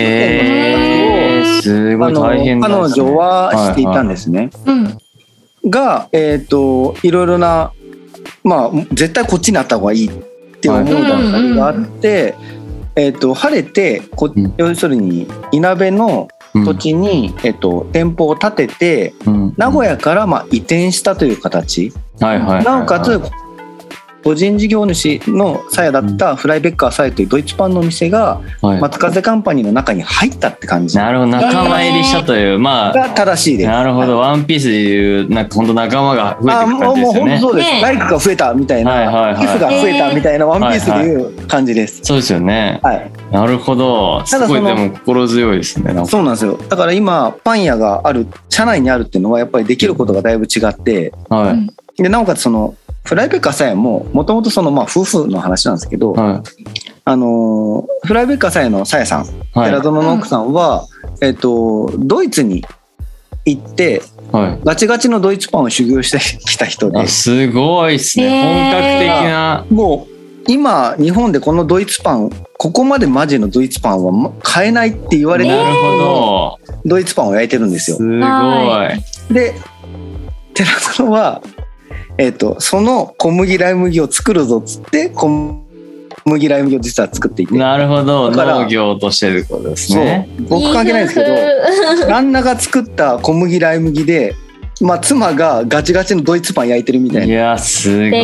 えー、すのごい大変だ、あね。の彼女はしていたんですね。うんが、えっといろいろな、まあ、絶対こっちにあった方がいいって思う段階があって、えっと晴れてこうん要するにいなべのうん土地に、えっと店舗を建てて名古屋からまあ移転したという形、屋、はいはいはいはいなおかつ個人事業主のさやだったフライベッカーさやというドイツパンのお店がはい松風カンパニーの中に入ったって感じながるほど仲間入りしたという、まあ正しいです。なるほど、ワンピースでいうなんか本当仲間が増えあていくも感うじでもうすよ本当ねそうです、ねライクが増えたみたいな、はいはいはい寄付が増えたみたいなワンピースでいう感じです。そうですよねはいなるほどすただそごのいでも心強いですねなんかそうなんですよだから今パン屋がある社内にあるっていうのはやっぱりできることがだいぶ違ってはうんいでなおかつそのフライベッカーさえももともとそのまあ夫婦の話なんですけど、はあのーフライベッカーさえのさやさんいはい寺園の奥さんは、えっとドイツに行ってはいガチガチのドイツパンを修行してきた人であすごいですね、へー本格的なもう今日本でこのドイツパンここまでマジのドイツパンはま買えないって言われてなるるほどドイツパンを焼いてるんですよす。ごいはで寺園は、えっとその小麦ライ麦を作るぞっつって小麦ライ麦を実は作っていて。なるほどだから農業としてってことですそうね僕関係ないんですけど旦那が作った小麦ライ麦で、まあ、妻がガチガチのドイツパン焼いてるみたいないやすご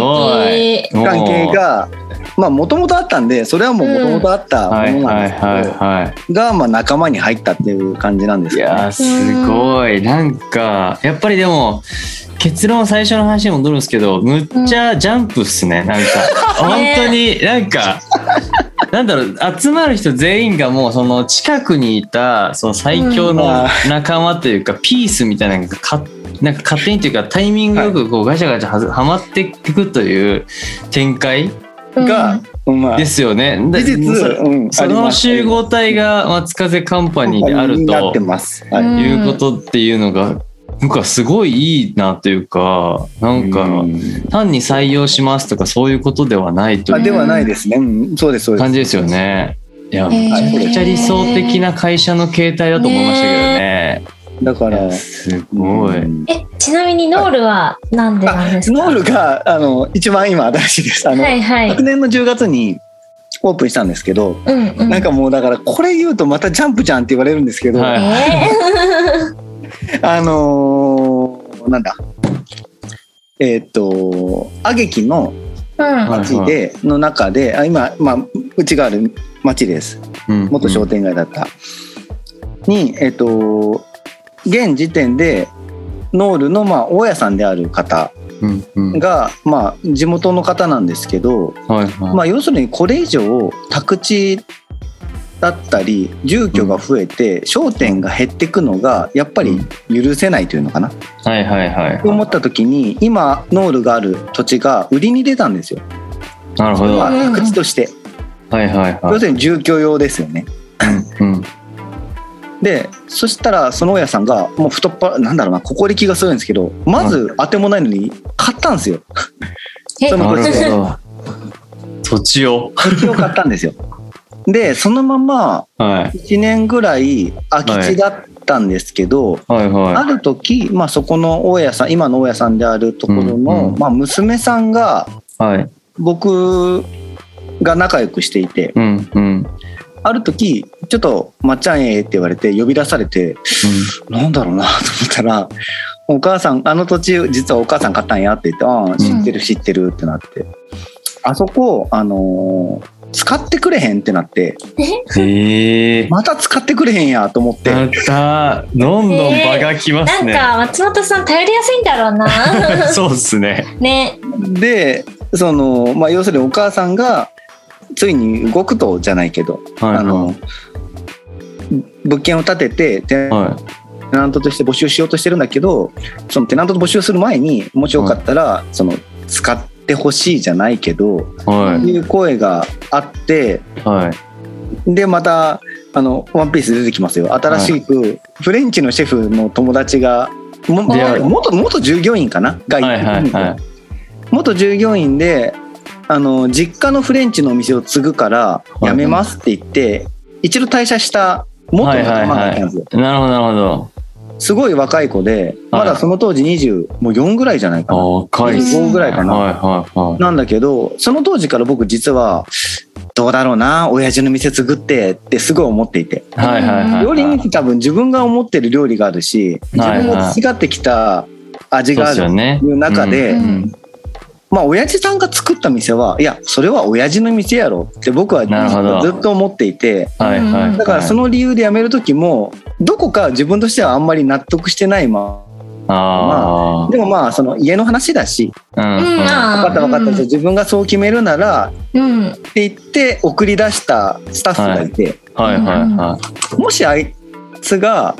いいもう関係がまあもともとあったんでそれはもうもともとあったもはいのなんはでいすけど、はいはいがまあ仲間に入ったっていう感じなんですいけど、やーすごいなんかやっぱりでも結論最初の話に戻るんですけどむっちゃジャンプっすねなんか本当になんかなんだろう集まる人全員がもうその近くにいたその最強の仲間というかピースみたいなのがかなんか勝手にというかタイミングよくこうガチャガチャはずはまっていくという展開が、うんまあですよね。で事実、そうん、その集合体が松風カンパニーであるになっとてます、はいうんいうことっていうのが僕はすごいいいなというかなんか単に採用しますとかそういうことではないとまあ、いではないですね、うん、そうですそううです感じですよね。いやへーめちゃくちゃ理想的な会社の形態だと思いましたけどね。だからいやすごい。うんえちなみにノールはなんでなんですかノールがあの一番今新しいですあの、はいはい昨年の10月にオープンしたんですけど、うんうんなんかもうだからこれ言うとまたジャンプじゃんって言われるんですけど、はいえあのーなんだえーっとアゲキのーうんはい町で、の中であ今、まあ、うちがある町ですうん元商店街だった、にえーっと現時点でノールの、まあ、大家さんである方うんうんが、まあ、地元の方なんですけど、はいはいまあ、要するにこれ以上宅地だったり住居が増えて商店が減っていくのがやっぱり許せないというのかな、はいはいはいと思った時に今ノールがある土地が売りに出たんですよ、なるほど。まはあ、い宅地として、はいは要いするに住居用ですよね。うんでそしたらその親さんがもう太っ腹なんだろうなここで気がするんですけどまず当てもないのに買ったんですよ えそのなるほど。土地を。土地を買ったん ですよ。でそのままはい1年ぐらい空き地だったんですけど、はいはい。ある時、まあ、そこの大家さん今の大家さんであるところうの、んうんまあ、娘さんがはい。僕が仲良くしていてうんうん。ある時ちょっと「まっちゃんええ」って言われて呼び出されてなんだろうなと思ったら「お母さんあの土地実はお母さん買ったんや」って言って「ああ知ってる知ってる」ってなってあそこあのー使ってくれへんってなってうん、ええまた使ってくれへんやと思ってやったーどんどん場が来まなすんね。か松本さん頼りやすいんだろうな そうっすね。ねでその、まあ、要するにお母さんがついに動くとじゃないけど、はいあの物件を建ててテはナントとして募集しようとしてるんだけどそのテナントと募集する前にもしよかったら、その使ってほしいじゃないけどいはいう声があっていはい。でまたあのワンピース出てきますよ新しくフレンチのシェフの友達が、も出会う元元従業員かながはいてくるんはいですよはい。元従業員であの実家のフレンチのお店を継ぐからい辞めますって言って、一度退社した元の仲間がいたんですよ、なるほどなるほど。すごい若い子でまだその当時24ぐらいじゃないかな、あ若いっすね。 25ぐらいかなはいはいはい。なんだけどその当時から僕実はどうだろうな親父の店継ぐってってすごい思っていてはいはいはい。料理人って多分自分が思ってる料理があるし自分が培ってきた味そうがっあするよね。いう中でうんうんまあ親父さんが作った店はいやそれは親父の店やろって僕はなるほどずっと思っていてはいはいはい、だからその理由で辞める時もどこか自分としてはあんまり納得してないまあまでもまあその家の話だしあ、うんうんあ分ーかった分かっうたんじゃあ自分がそう決めるならうん。って言って送り出したスタッフがいて、はいはいはい。もしあいつが、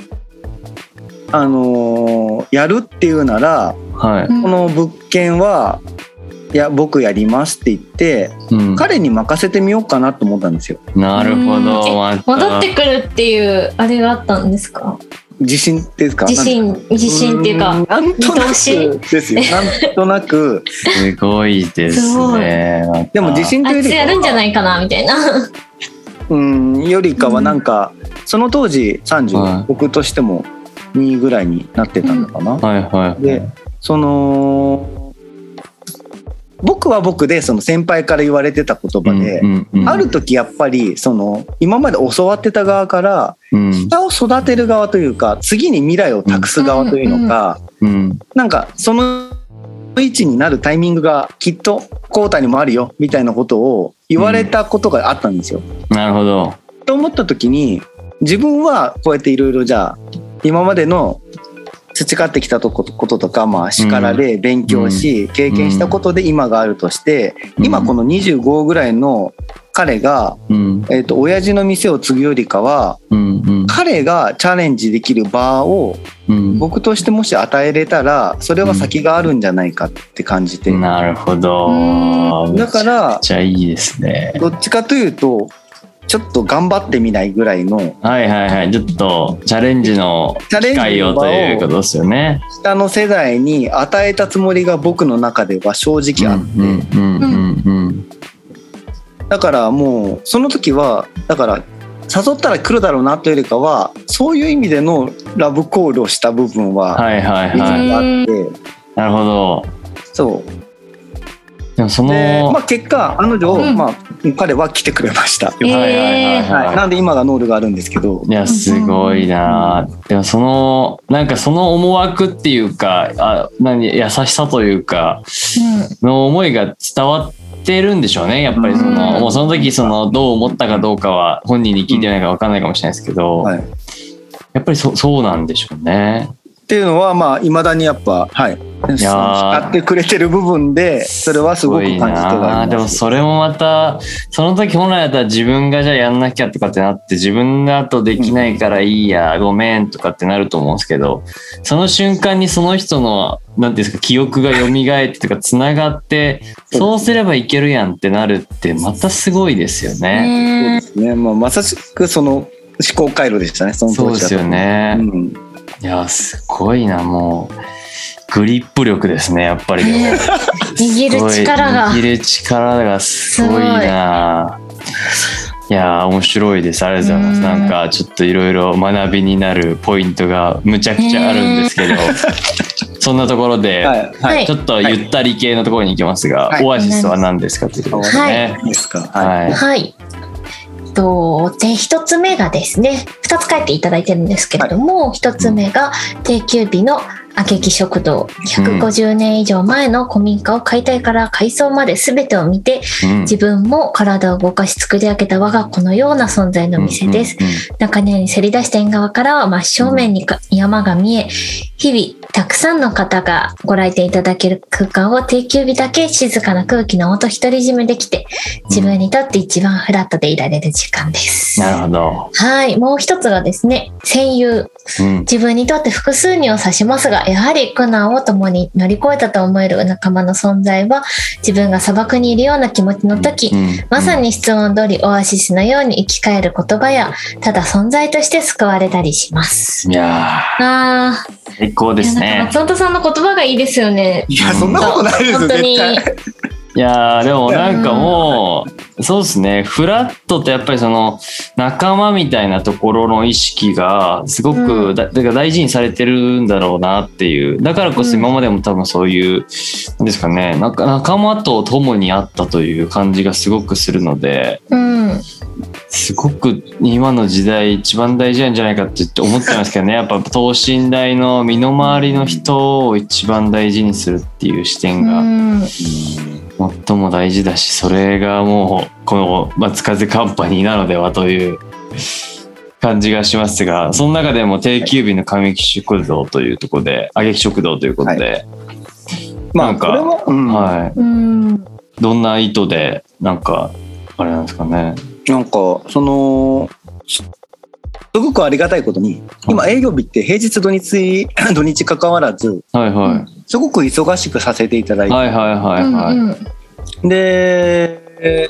あのーやるっていうならはい。うんこの物件はいや僕やりますって言ってうん、彼に任せてみようかなと思ったんですよなるほうんえど。また戻ってくるっていうあれがあったんですか自信ですか自信自信っていうかんなんとな見通しく ですよなんとなくすごいですすごいね。またでも自信とあいいうよつりかやるんじゃはないかなみたいなうんよりかはなんか、その当時30、はい僕としても2ぐらいになってたのかな、はいはい。でその僕は僕でその先輩から言われてた言葉で、うんうんうん、ある時やっぱりその今まで教わってた側からうん下を育てる側というか次に未来を託す側というのか、うんなんかその位置になるタイミングがきっとコータにもあるよみたいなことを言われたことがあったんですよ。なるほど。と思った時に自分はこうやっていろいろじゃあ今までの培ってきたとここととか、まあ、叱られ勉強し、経験したことで今があるとして、今この25ぐらいの彼が、うんえっと親父の店を継ぐよりかはうんうん彼がチャレンジできる場をうん僕としてもし与えれたらそれは先があるんじゃないかって感じて、なるほど。だかめらちゃいいですね。どっちかというとちょっと頑張ってみないぐらいのはいはいはい。ちょっとチャレンジのチャレ機ンジの会を場をということですよね。下の世代に与えたつもりが僕の中では正直あって、うんうんうんうんだからもうその時はだから誘ったら来るだろうなというよりかはそういう意味でのラブコールをした部分ははいはい自はい。分があって、なるほど。そうでもそで、のまあ、結果あの女、うんまあ、彼は来てくれました、えーはいはいはいはいはい、なんで今がノールがあるんですけどいやすごいなあでもそのなんかその思惑っていうかあ何優しさというかの思いが伝わってるんでしょうねやっぱりその、うんもうその時そのどう思ったかどうかは本人に聞いてないから分かんないかもしれないですけど、はいやっぱりそそうなんでしょうね。っていうのはまあいまだにやっぱはいいやー使ってくれてる部分でそれはすごく感じてなはあいでもますそれもまたその時本来だったら自分がじゃあやんなきゃとかってなって自分だとできないからいいや、ごめんとかってなると思うんですけどその瞬間にその人の何ていうんですか記憶が蘇ってとかつながってそうすればいけるやんってなるってまたすごいですよね。そうでねすね、まあ、まさしくその思考回路でしたねそのそ当うで時だすとよね。うん、いやすごいなもうグリップ力ですねやっぱり。ね握る力がすごい握る力がすごいな。いやー面白いですありがとうございますうんなんかちょっといろいろ学びになるポイントがむちゃくちゃあるんですけど、そんなところで、はいはい、はいちょっとゆったり系のところに行きますが、はいオアシスは何ですかということですね。いいですかはい、はい、はい。えっとで一つ目がですね二つ書いていただいてるんですけれども一、つ目が定休日の明け木食堂150年以上前の古民家を解体から改装まで全てを見てうん自分も体を動かし作り上げた我が子のような存在の店です。うんうん中庭にせり出した縁側からは真正面にか山が見え、日々たくさんの方がご来店いただける空間を定休日だけ静かな空気の音独り占めできて、自分にとって一番フラットでいられる時間です。なるほど。はい。もう一つがですね、戦友。うん自分にとって複数人を指しますが、やはり苦難を共に乗り越えたと思える仲間の存在は、自分が砂漠にいるような気持ちの時、うんまさに質問通りオアシスのように生き返る言葉や、ただ存在として救われたりします。いやああ、ー最高ですいやなんねか。松本さんの言葉がいいですよね。いやそんなことないですよ本当絶に対。いやーでもなんかもうそうですねフラットってやっぱりその仲間みたいなところの意識がすごうくだだから大事にされてるんだろうなっていうだからこうそん今までも多分そういうなんですかねなんか仲間と共にあったという感じがすごくするのでうん。すごく今の時代一番大事なんじゃないかって思っちゃいますけ どねやっぱ等身大の身の回りの人を一番大事にするっていう視点が。うん。最も大事だしそれがもうこの松風カンパニーなのではという感じがしますがその中でも定休日の上木食堂というところで揚げ食堂ということで、まなあんかこれも、うんはいうん。どんな意図でなんかあれなんですかね。なんかそのすすごくありがたいことに今営業日って平日土日 土日関わらずはいはい、すごく忙しくさせていただいて、はいはいはいはい。うんうんで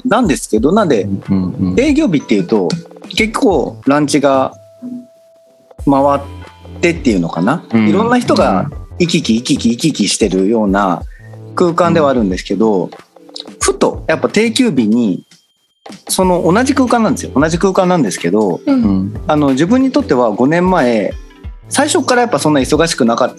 なんですけどなんでうんうん営業日っていうと結構ランチが回ってっていうのかな、うんいろんな人が行き来行き来行き来してるような空間ではあるんですけど、ふとやっぱ定休日にその同じ空間なんですよ同じ空間なんですけどうう。んんあの自分にとっては5年前最初からやっぱそんな忙しくなかっ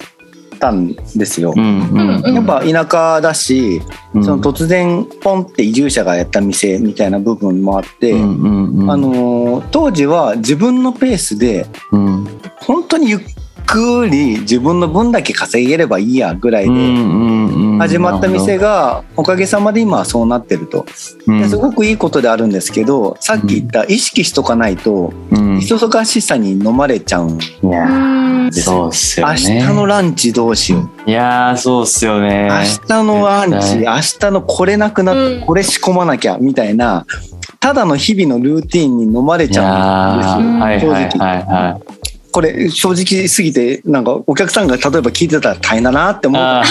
たんですよ。うんうんうんやっぱ田舎だし、うんその突然ポンって移住者がやった店みたいな部分もあって、うんうんうんあのー当時は自分のペースでうん本当にゆっくり自分の分だけ稼げればいいやぐらいで始まった店がおかげさまで今はそうなってるとですごくいいことであるんですけどさっき言った意識しとかないとうん忙しさに飲まれちゃうんでいやうんすそようっすよ明ね。日のランチどうしよういやーそうっすよね。明日のランチ絶明日のこれなくなっうてんこれ仕込まなきゃみたいなただの日々のルーティンに飲まれいちやゃうーんはでいすよは正い直。はいはこれ正直すぎてなんかお客さんが例えば聞いてたら大変だなってい。思うあ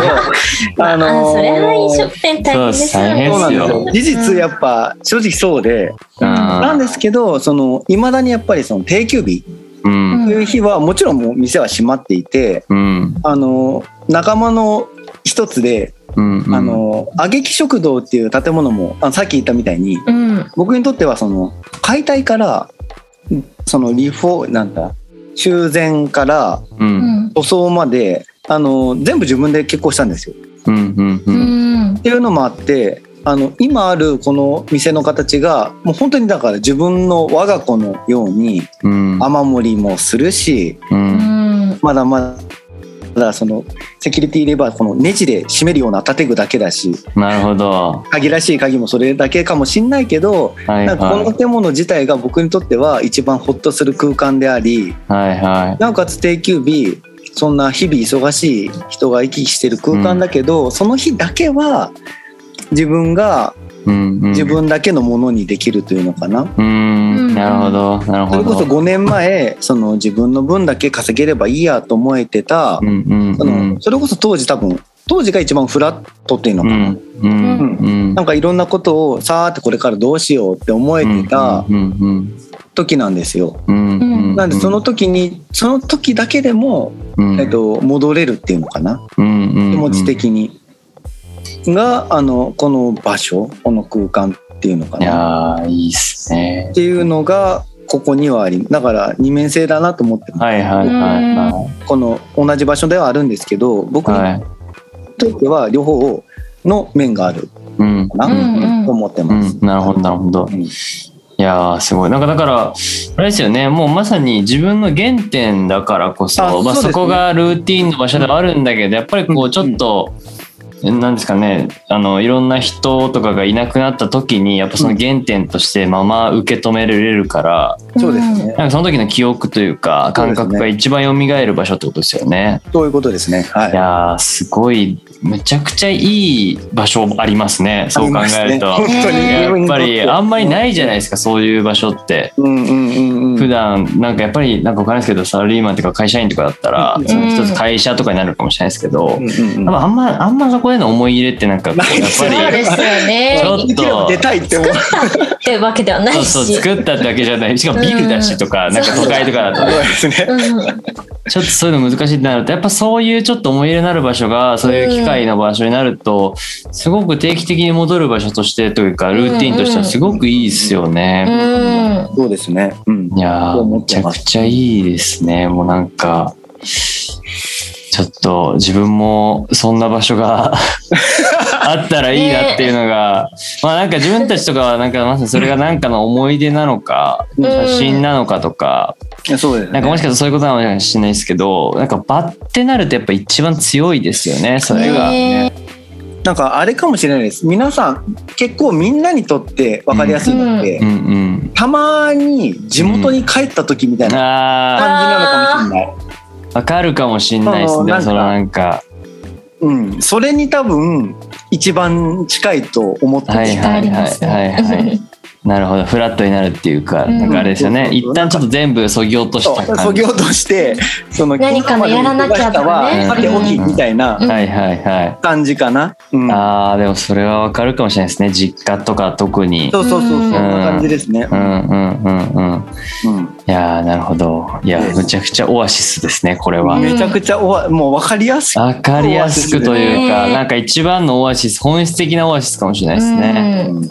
けどああのーそれは飲食店大変ですよね。そうそうなんですよよ事実やっぱ正直そうでーうんなんですけどそのいまだにやっぱりその定休日うんという日はもちろんもう店は閉まっていてうんあのー仲間の一つで、うんあのー、あげき食堂っていう建物もあさっき言ったみたいにうん。僕にとってはその解体からそのリフォーなんだ修繕からううんん。塗装まであの全部自分で結婚したんですよ。っうんうんううんん。ていうのもあってあの今あるこの店の形がもう本当にだから自分の我が子のようにうん雨漏りもするしううんん。まだまだそのセキュリティレバーこのネジで締めるような建具だけだしなるほど。鍵らしい鍵もそれだけかもしんないけどはいなんかこのは建物自体が僕にとっては一番ホッとする空間でありい。はいはなおかつ定休日そんな日々忙しい人が行き来してる空間だけど、その日だけは自分がい。うんうん自分だけのものにできるというのかな、うんなるほどなるそれほこそど。 5年前その自分の分だけ稼げればいいやと思えてた、うんうんそうんのそれこそ当時多分当時が一番フラットっていうのうかな、んうんうんなんかいろんなことをさーってこれからどうしようって思えてたうんうん時なんですよ。うんうんなんでその時にその時だけでも、うんえっと、戻れるっていうのかな、うんうん気持ち的に、があのこの場所この空間っていうのかいなっやーいいっすね。ていうのがここにはありだから二面性だなと思ってますはいはいはいはこの同じ場所ではあるんですけど僕い。にはい。とっては両方の面があるうんかなうとんうん思ってうます。ん、なるほどなるほど。うんいやーすごいなんかだからあれですよねもうまさに自分の原点だからこそまあ、あそうですそねこがルーティンの場所ではあるんだけどやっぱりこううんちょっと、なんですかねあのいろんな人とかがいなくなった時にやっぱその原点としてまま受け止められるから、そうですね、なんかその時の記憶というか感そう覚ですねが一番蘇る場所ってことですよね。そういうことですね。はいいやーすごいめちゃくちゃいい場所ありますねそう考えると。ありますね本当に。ねやっぱりあんまりないいじゃないですかそういう場所って。うんうんうんうん。普段なんかやっぱりなんかわかんないですけどサラリーマンとか会社員とかだったらうんその一つ会社とかになるかもしれないですけどうんうんうん多分あんまあんまそこへの思い入れってなんかやっぱないです よそうりですよね。ちょっとできれば出たいって思う。ってわけではないそうし。そう作っただけじゃないしかもビルだしとかうんなんか都会とかだとそうですね。うん。ちょっとそういうの難しいってなるとやっぱそういうちょっと思い入れのある場所がそういう機会の場所になるとすごく定期的に戻る場所としてというかルーティンとしてはすごくいいですよね。うん。そうですね。うん。いやそうー、思めっちてゃまくすちゃいいですね。もうなんか、ちょっと自分もそんな場所が あったらいいなっていうのが、まあなんか自分たちとかはなんかまさにそれがなんかの思い出なのか、うん写真なのかとか、いやそうですね。なんかもしかしたらそういうことなのかもしれないですけど、なんか場ってなるとやっぱ一番強いですよね、それが。ねなんかあれかもしれないです。皆さん、結構みんなにとって分かりやすいのって、うんうん。たまに地元に帰った時みたいなあ感じなのかもしれない。ー、わかるかもしれないですあね、のそのなんか。うん。それに多分、一番近いと思ってて、はいありますねはいはいはいはなるほど、フラットになるっていうか、うんなんかあれですよね、そうそうそう一旦ちょっと全部そぎ落としそたうそ感じ。ぎは落として、その何かのやらなきゃとかね今までの忙しさはさておきみたいなういんはいはい。感じかな。うん。ああ、でもそれはわかるかもしれないですね、実家とか特にそ。うそうそう、うんそんな感じですね。うんうんうんうん。うんいやー、なるほど。いや、うんむちゃくちゃオアシスですね、これは。めちゃくちゃおわ、もう分かりやすい。わかりやすくというオアシスですか、ねなんか一番のオアシス、本質的なオアシスかもしれないですね。うんうん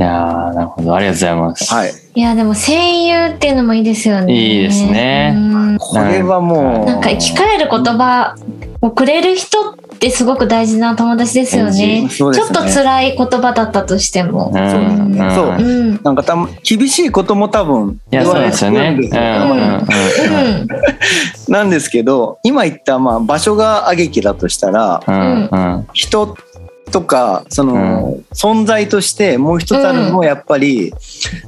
いやー、なるほど。ありがとうございます。はい。いやでも声優っていうのもいいですよね。いいですねうんこれはもう。なんか生き返る言葉をくれる人ってすごく大事な友達ですよね。そうでちょすっねと辛い言葉だったとしても。うんそうですねんそううん。うん。なんかたま厳しいことも多分いや、言そわうれですよね。てるんですようんうんうんなんですけど今言ったまあ場所があげきだとしたらうんうん人とかその、存在としてもう一つあるのうもやっぱり、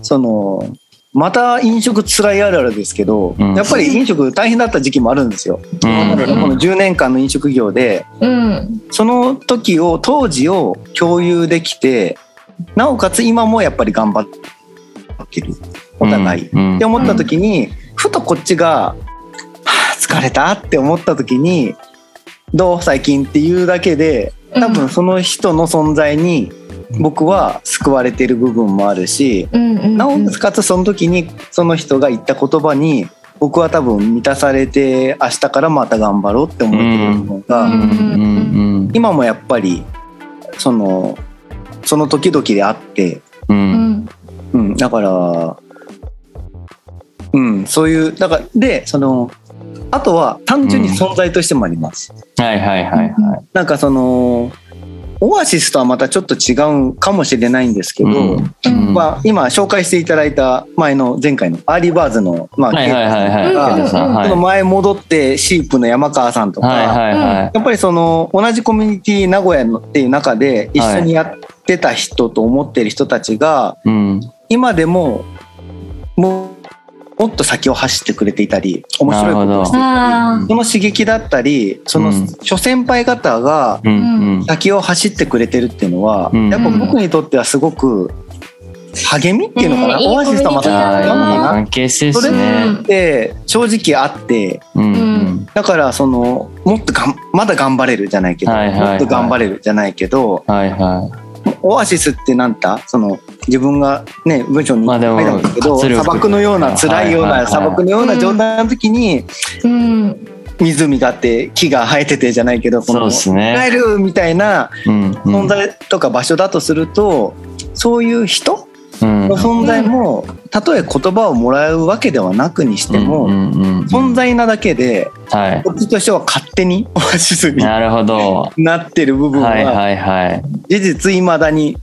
そのまた飲食つらいあるあるですけど、うんやっぱり飲食大変だった時期もあるんですよ。うんだからこの10年間の飲食業でうん。その時を当時を共有できてなおかつ今もやっぱり頑張ってるお互い。うんって思った時に、ふとこっちが「はあ疲れた」って思った時に「どう最近」っていうだけで多分その人の存在に僕は救われてる部分もあるし、うんうん。なおうんかつその時にその人が言った言葉に僕は多分満たされて明日からまた頑張ろうって思ってるのが、うんうん今もやっぱりそのその時々であってううんん。うん、だから、うん、そういう、だから、で、その、あとは単純に存在としてもあります。はいはいはいはい。なんかその、オアシスとはまたちょっと違うかもしれないんですけど、うんまあ、今紹介していただいた前の前回のアーリーバーズの、まあ、はいはいはいはい。うんケイトさんはいその前戻ってシープの山川さんとか、はいはいはい。やっぱりその同じコミュニティ名古屋のっていう中で一緒にやってた人と思ってる人たちが、うん今でももうもっと先を走ってくれていたり面白いことをしていなるほたりその刺激だったりそのうん諸先輩方がうんうん先を走ってくれてるっていうのは、うんやっぱ僕にとってはすごく励みっていうのかな、うんいいオアシスとまたあーいい違うのかな関係性ですね。って正直あってうんうんだからそのもっとがんまだ頑張れるじゃないけど、はいはいはいもっと頑張れるじゃないけどはいはオアシスってなんだその自分がね文章にま書あいでもたんだけど、活力砂漠のような辛いようはいはいなはい砂漠のような状態の時にうん。湖があって木が生えててじゃないけどい。そうです帰ね。るみたいなうんうん存在とか場所だとすると、そういう人うんの存在もたとえ言葉をもらうわけではなくにしてうもんうんうん存在なだけではこっちとしては勝手にオアシスい。になるほど。なってる部分はいははいはい。事実未だに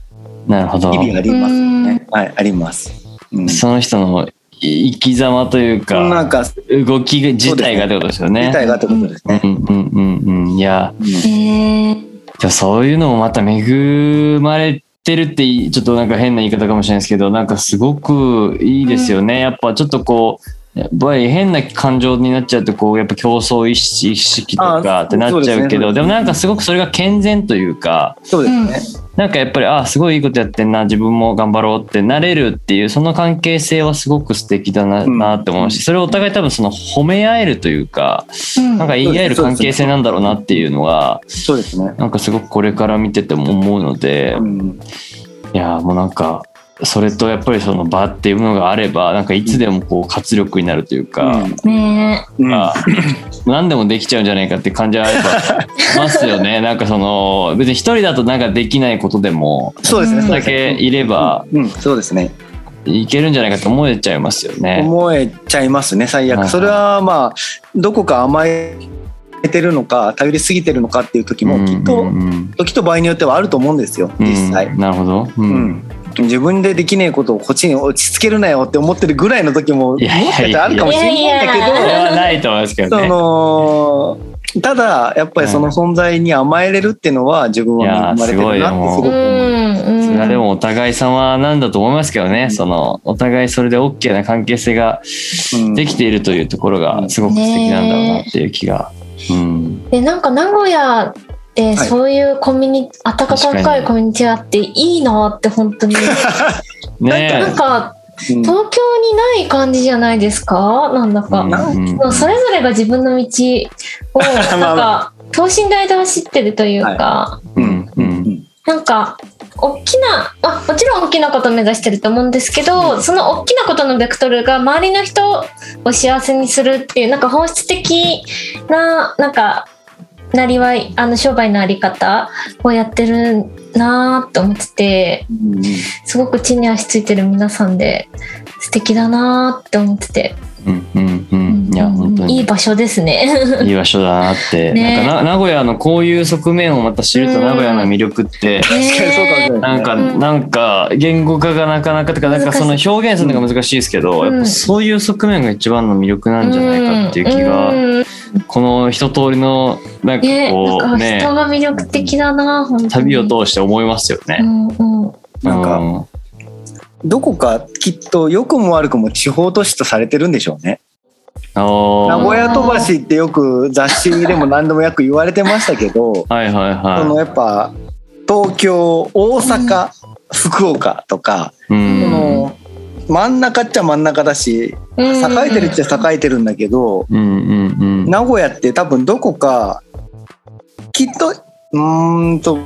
なるほど。日々ありますよねう。はいあります。うんその人の生き様というか。なんか動き自体がってことですよね。みたいがってことですね。うんうんうんうん。いや、えー。でもそういうのもまた恵まれてるってい、ちょっとなんか変な言い方かもしれないですけど、なんかすごくいいですよね。やっぱちょっとこう、やっぱり変な感情になっちゃうとこうやっぱ競争意識意識とかあってなっちゃうけどそうですねそうですねでもなんかすごくそれが健全というかそうですね。なんかやっぱりあすごいいいことやってんな自分も頑張ろうってなれるっていうその関係性はすごく素敵だな,、うんなって思うしそれをお互い多分その褒め合えるというかうんなんか言い合える関係性なんだろうなっていうのは、そうですね。なんかすごくこれから見てても思うのでう、ん、いやーもうなんか、それとやっぱりその場っていうものがあればなんかいつでもこう活力になるというか、ねうんあ何でもできちゃうんじゃないかって感じはやっぱしますよ ねなんかその別に一人だとなんかできないことでもそうですね、うんそうだですけねいればうん、そうですね。いけるんじゃないかって思えちゃいますよね。思えちゃいますね、最はいは悪。いそれはまあ、どこか甘えてるのか、頼りすぎてるのかっていう時も、きっうとん、うん時と場合によってはあると思うんですよ、うん実際う。んなるほど。ううんん。自分でできねえことをこっちに落ち着けるなよって思ってるぐらいの時も、もいしやかいやいやしたらあるかもしれないんだけいそやいれやはないと思いますけどど、そね。の、ただ、やっぱりその存在に甘えれるっていうのは、自分は恵まれてるなってすごうくんうんそれはでもお互い様なんだと思いますけどね、そのお互いそれで OK な関係性がうんできているというところがすごく素敵なんだろうなっていう気が。うん、でなんか名古屋ってはいそういうコミュニ、温か確か深にいコミュニティがあっていいなって本当になねんかうん東京にない感じじゃないですかなんだえ、うか、んうんそうそれぞれが自分の道 をなんまあか等身大で走ってるというか、うんうんなんか大きな、まあ、もちろん大きなことを目指してると思うんですけど、その大きなことのベクトルが周りの人を幸せにするっていうなんか本質的ななんかなりわいあの商売のあり方をやってるなと思っててうんすごく地に足ついてる皆さんで素敵だなって思ってて、うんうんうんいやうん本当にいい場所ですね。いい場所だなって、ねなんかな名古屋のこういう側面をまた知るとうん名古屋の魅力って。確かにそうかもしれなないんか、うんなんか言語化がなかなかとかなんかその難表現するのが難しいですけど、うんやっぱそういう側面が一番の魅力なんじゃないかっていう気が、うんうんこの一通りのなんかね、こなうんか人ねが魅力的だな、本当に旅を通して思いますようね。んうんなんかうんどこかきっと良くも悪くも地方都市とされてるんでしょうね。あ名ー古屋飛ばしってよく雑誌でも何度もよく言われてましたけどはいはいそのはやっぱ東京大阪、福岡とか、い。うそんの真ん中っちゃ真ん中だし栄えてるっちゃ栄えてるんだけど、うんうんうん。名古屋って多分どこかきっとうーんと。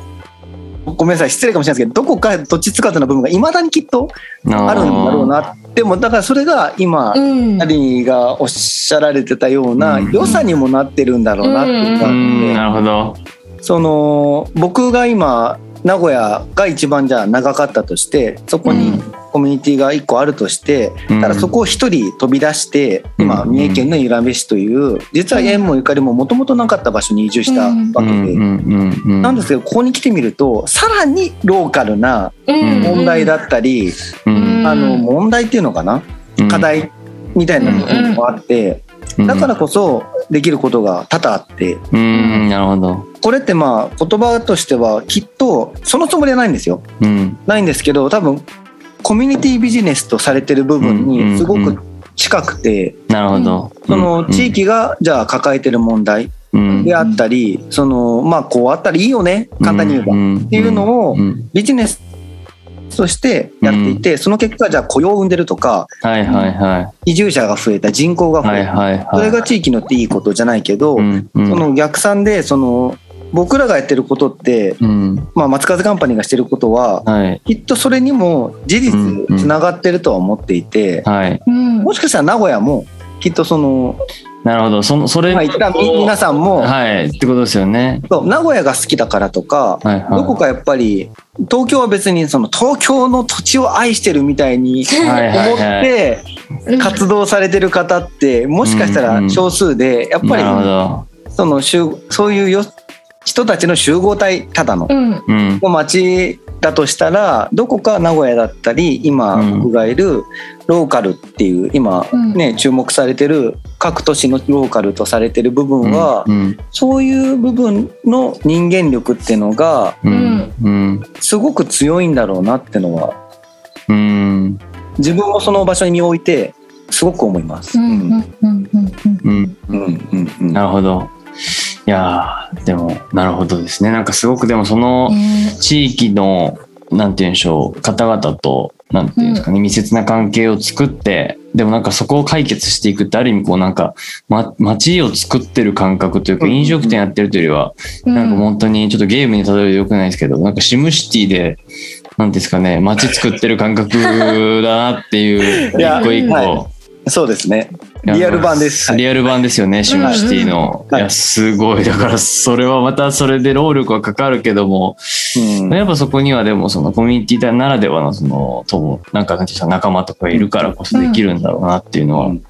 ごめんなさい失礼かもしれないですけどどこかどっちつかずの部分がいまだにきっとあるんだろうなでもだからそれが今うん、二人がおっしゃられてたようなうん良さにもなってるんだろうなっていうう感じんでなるほど。その僕が今名古屋が一番じゃあ長かったとしてそこうんにコミュニティが一個あるとして、うんただそこを一人飛び出して今うん三重県の由良部市という実は縁もゆかりももともとなかった場所に移住したわうけんうで。んうんうん。なんですけどここに来てみるとさらにローカルなうん問題だったり、うんあの問題っていうのかな、うん課題みたいなのもあって、だからこそできることが多々あってうんうんなるほど。これってまあ言葉としてはきっとそのつもりはないんですようんないんですけど多分コミュニティビジネスとされてる部分うんうんうんにすごく近くてなるほど。その地域がじゃあ抱えてる問題うんであったりそのまあこうあったらいいよね簡単に言えばんっていうのをうんビジネスとしてやっていてその結果じゃあ雇用を生んでるとかはいはいは移住者が増えた人口がい。増はいえたはいはい。それが地域によっていいことじゃないけどうんうんその逆算でその僕らがやってることって、うんまあ、松風カンパニーがしてることははいきっとそれにも事うんうん実つながってるとは思っていて、はい。うんもしかしたら名古屋もきっとそのなるほど。そのそれ今言ったみ皆さんも、はいってことですよね。そう名古屋が好きだからとか、はいはい。どこかやっぱり東京は別にその東京の土地を愛してるみたいにはいはい思っはいて活動されてる方ってもしかしたら少数でやっぱりなるほど。その集そういうよ人たちの集合体ただのうんうんの町だとしたらどこか名古屋だったり今うん僕がいるローカルっていう今うんね注目されてる各都市のローカルとされてる部分はうんそういう部分の人間力っていうのがうんうんすごく強いんだろうなってのはうん自分もその場所に身を置いてすごく思います。ううんうんんうんうんううんんうんうんうんなるほど。いやーでもなるほどですね。なんかすごくでもそのね地域のなんて言うんでしょう方々となんていうんですかね、密接な関係を作ってでもなんかそこを解決していくってある意味こうなんか、ま、街を作ってる感覚というかうん飲食店やってるというよりは、うんなんか本当にちょっとゲームに例えるとよくないですけどなんかシムシティでなんですかね、街作ってる感覚だなっていう、いや一個一個。はそうですね。リアル版です。リアル版ですよね、シムシティの。はいいや、すごい。だから、それはまたそれで労力はかかるけども、うんやっぱそこにはでも、そのコミュニティならではの、その、友、なんか、なんていうんですか仲間とかいるからこそできるんだろうなっていうのうはん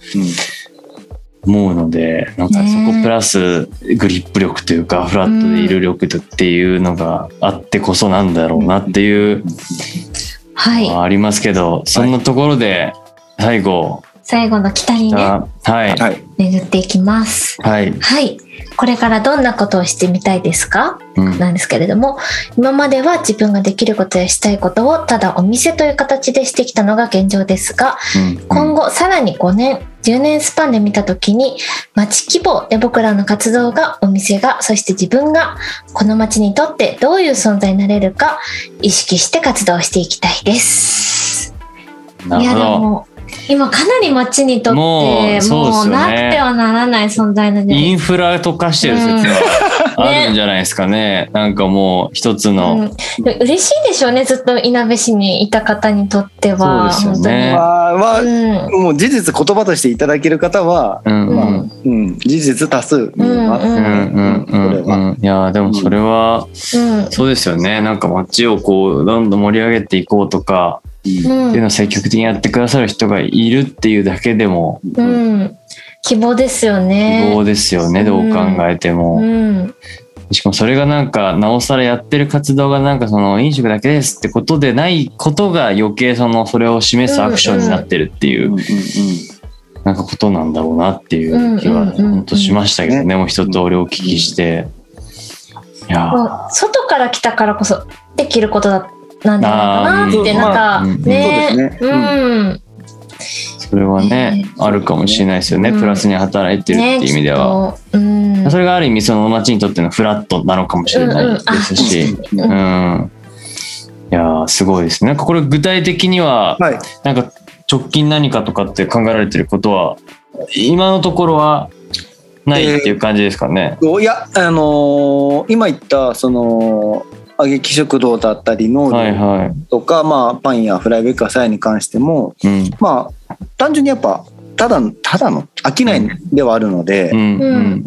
思うので、なんかそこプラスグリップ力というか、フラットでいる力っていうのがあってこそなんだろうなっていうはいの。はありますけど、そんなところで、最後、最後の北にね、あはい、はい。巡っていきます。はい、はい。これからどんなことをしてみたいですかうんなんですけれども、今までは自分ができることやしたいことをただお店という形でしてきたのが現状ですが、今後さらに5年、10年スパンで見たときに、町規模で僕らの活動が、お店が、そして自分が、この町にとってどういう存在になれるか、意識して活動していきたいです。うんないるや、ほでど。も、今かなり町にとって、もうもうそうですよねなくてはならない存在なんじゃないインフラと化してる説はあるんじゃないですかね。なんかもう一つうの、ん、でも嬉しいでしょうねずっといなべ市にいた方にとってはそうですよねまあ、まあ本当にうんもう事実言葉としていただける方は、うんうんまあ、うん、事実多数見えます。ううんうんんうんうんいやーでもそれはうんそうですよねなんか街をこうどんどん盛り上げていこうとかうんっていうのを積極的にやってくださる人がいるっていうだけでもうん希望ですよ希望ねですよね、うんどう考えてうも、んしかもそれがなんかなおさらやってる活動がなんかその飲食だけですってことでないことが余計そのそれを示すアクションになってるっていううんうんうんなんかことなんだろうなっていう気はうんうんうんうん本当しましたけどね、もう一通りお聞きして。いやーこう外から来たからこそできることだなんじゃないかなってあなーうんんかねそうですねうんそれはね、あるかもしれないですよね、うんプラスに働いてるってねいう意味では、きっとうんそれがある意味その町にとってのフラットなのかもしれないですしうんううんん、んいやーすごいですねなんかこれ具体的には、はい。なんか直近何かとかって考えられてることは今のところはないっていう感じですかね、いや、あのー今言った、その、揚げき食堂だったり、農はい業はとか、まあ、パンやフライベーカーさえに関しても、いうんまあ、単純にやっぱ、ただの、ただの、飽きないではあるので、うんううんん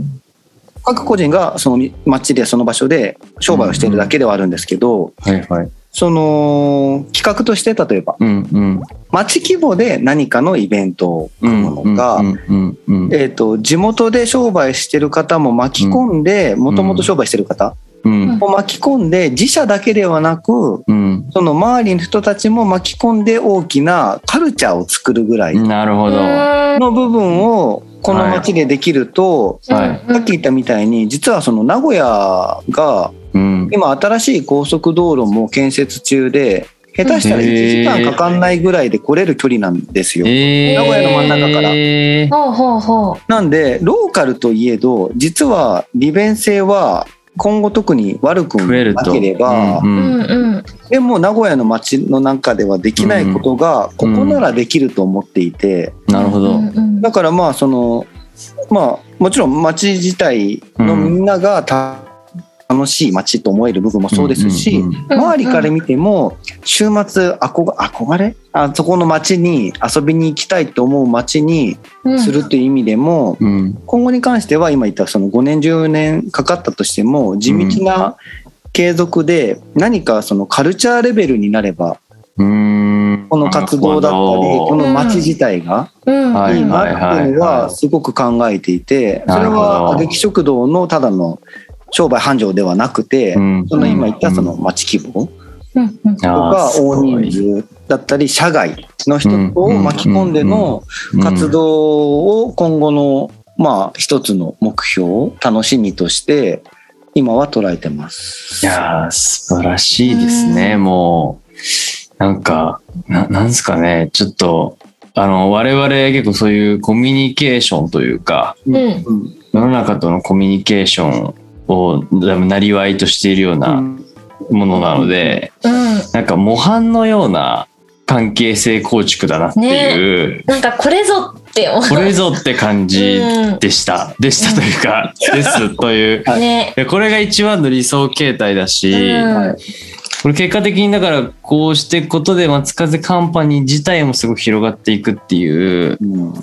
各個人がその街で、その場所で商売をしているだけではあるんですけど、はいはい。その、企画として、例えば、うんうん。町規模で何かのイベントを組むのか、うんうんうんえー、と地元で商売してる方も巻き込んでもともと商売してる方うんも巻き込んで自社だけではなくうん。その周りの人たちも巻き込んで大きなカルチャーを作るぐらいうん。なるほど。はの部分をこの町でできると、い。うんさっき言ったみたいに実はその名古屋がうん。今新しい高速道路も建設中で下手したら1時間かかんないぐらいで来れる距離なんですよ。えー名古屋の真ん中からえーほうほうほうなんでローカルといえど実は利便性は今後特に悪く増えるなと。ければ、うんううんんうんでも名古屋の街の中ではできないことがここならできると思っていて、なるほど。ううんうんだからまあそのまあもちろん街自体のみんながた楽しい街と思える部分もそうですし、んうんうん周りから見ても週末憧憧れあそこの街に遊びに行きたいと思う街にするという意味でも、うん今後に関しては今言ったその5年10年かかったとしても地道な継続で何かそのカルチャーレベルになればうん。この活動だったりこの街自体がうんはいいいなっていうのはいははいすごく考えていてそれなるほどは挙劇食堂のただの商売繁盛ではなくてうんその今言ったその街規模うんうんととか大人数だったり社外の人を巻き込んでの活動を今後の、まあ一つの目標楽しみとして今は捉えてまいす。やー素晴らしいですね、うんもうなんかななんすかねちょっとあの我々結構そういうコミュニケーションというかうんうん世の中とのコミュニケーションをだいぶなりわいとしているようなものなので、うんなんか模範のような関係性構築だなっていう、なんかこれぞって思これぞって感じうんでした、でしたというか、ですといううね。でこれが一番の理想形態だし、うんはいこれ結果的にだからこうしていくことで松風カンパニー自体もすごく広がっていくっていううん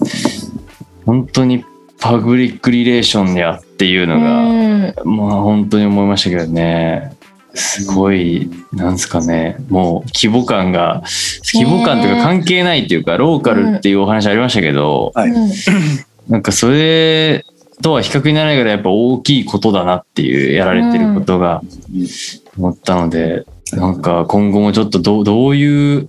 本当にパブリックリレーションやっていうのが、うんまあ本当に思いましたけどねすごいなんですかねもう規模感が規模感というか関係ないというかローカルっていうお話ありましたけど、はいうんなんかそれとは比較にならないぐらいやっぱ大きいことだなっていうやられてることがうん思ったので、なんか今後もちょっとどうどういう具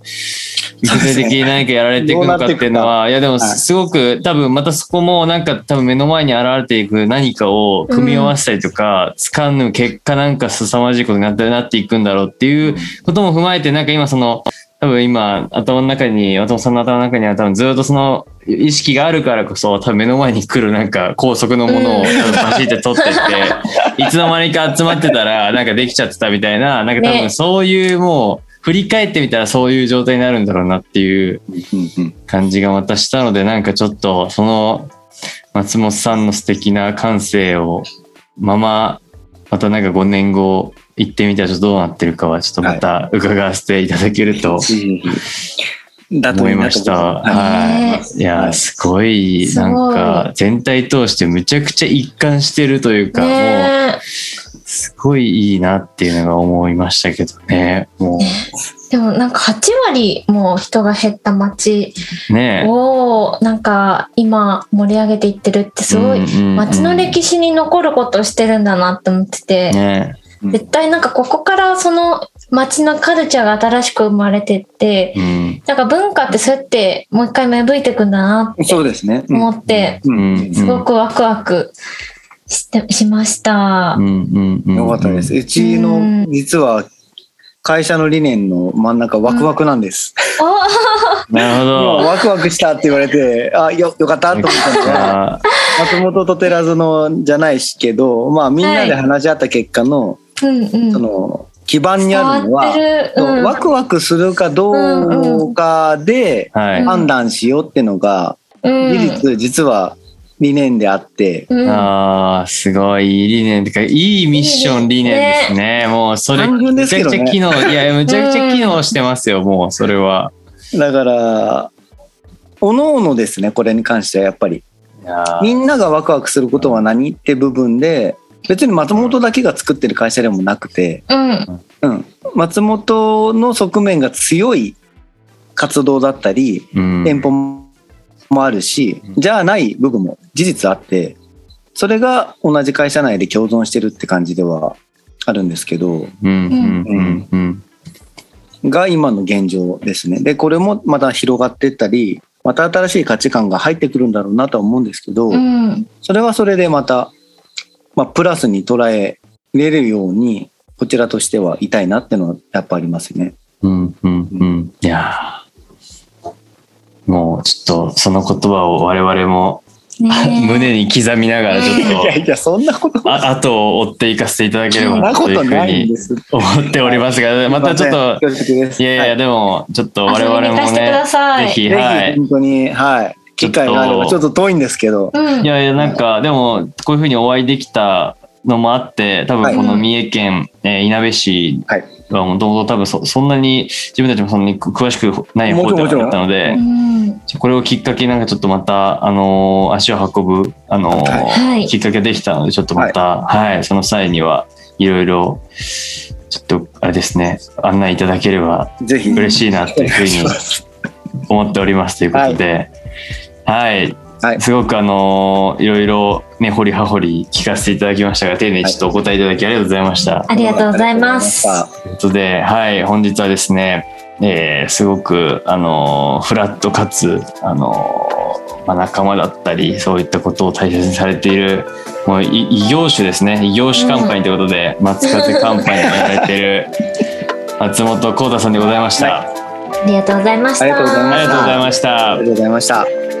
体的に何かやられていくのかっていうのは、いやでもはいすごく多分またそこもなんか多分目の前に現れていく何かを組み合わせたりとか、掴む結果なんか凄まじいことになってなっていくんだろうっていうことも踏まえてなんか今その多分今頭の中に松本さんの頭の中には多分ずっとその意識があるからこそ多分目の前に来るなんか高速のものをう多ん分パシって取って っていつの間にか集まってたらなんかできちゃってたみたいななんか多ね分そういうもう振り返ってみたらそういう状態になるんだろうなっていううん感じがまたしたのでなんかちょっとその松本さんの素敵な感性をまままたなんか5年後行ってみたらちょっとどうなってるかはちょっとまた伺わせていただけるとうんだと思いなました。はいはねい。いや、すごい、すごないんか、全体通してむちゃくちゃ一貫してるというか、もう、ねすごいいいなっていうのが思いましたけどね。もえでもなんか8割も人が減った街う、ね。をなんか今盛り上げていってるってすごいい街の歴史に残ることをしてるんだなって思ってて、ね。絶対なんかここからその街のカルチャーが新しく生まれてって、うん。なんか文化ってそうやってもう一回芽吹いてくんだなってそうですね。うん思って、ううんんすごくワクワクしてしましたう。んうんうん。よかったです。。うちうのん実は会社の理念の真ん中ワクワクなんです。なるほ 今ど。ワクワクしたって言われて、あよよかったと思ったのが、あ松本と寺園じゃないしけど、まあみんなで話し合った結果の、おうんうん。その基盤にあるの伝わは、ってるうんワクワクするかどうかではい。判断しようってのうが、ん事実実は理念であって、うんああ、すごい、いい理念。てか、いいミッション理念ですね。もう、それ、単純でめすちけゃどくちねゃ機能、いや、めちゃくちゃ機能してますよ、もう、それは。だから、おのおのですね、これに関してはやっぱり。いやーみんながワクワクすることは何って部分で、別に松本だけが作ってる会社でもなくて、うんうん、松本の側面が強い活動だったり、うん店舗もあるし、うんじゃない部分も事実あって、それが同じ会社内で共存してるって感じではあるんですけど、うんうんうんうんが今の現状ですね。で、これもまた広がってったり、また新しい価値観が入ってくるんだろうなとは思うんですけど、うんそれはそれでまた、まあ、プラスに捉えれるように、こちらとしてはいたいなってのはやっぱありますね。うんうんうんいやーもうちょっとその言葉を我々もね え胸に刻みながらちょいやっ いや、そんなこと、とあ後を追っていかせていただければなというふうにす。思っておりますがまたちょっと恐縮です。いやいやでもちょっと我々遊びに行かもせてくねださいぜひは、はいぜひい本当に、はい。機会があれば、ちちょょっっと遠いんですけど、うんいやいやなんかでもこういうふうにお会いできたのもあって多分この三重県、えーいなべ市はい。はもともと多分そそんなに自分たちもそんなに詳しくない方ではなかったのでうんこれをきっかけになんかちょっとまた、あのー足を運ぶ、あのーはいきっかけができたので、ちょっとまた、はい、その際にはいろいろ、ちょっと、あれですね、案内いただければぜひ。嬉しいなというふうに思っておりますということで、はい、はいすごくあのーいろいろね、掘り葉掘り聞かせていただきましたが、丁寧にちょっとお答えいただきありがとうございました。ありがとうございます。ということで、はい、本日はですね、えーすごく、あのーフラットかつ、あのーまあ、仲間だったりそういったことを大切にされているもうい異業種ですね異業種カンパニーということで、松風カンパニーをやられている松本幸太さんでございました、ありがとうございました。ありがとうございまありしがとうございましたありがとうございました。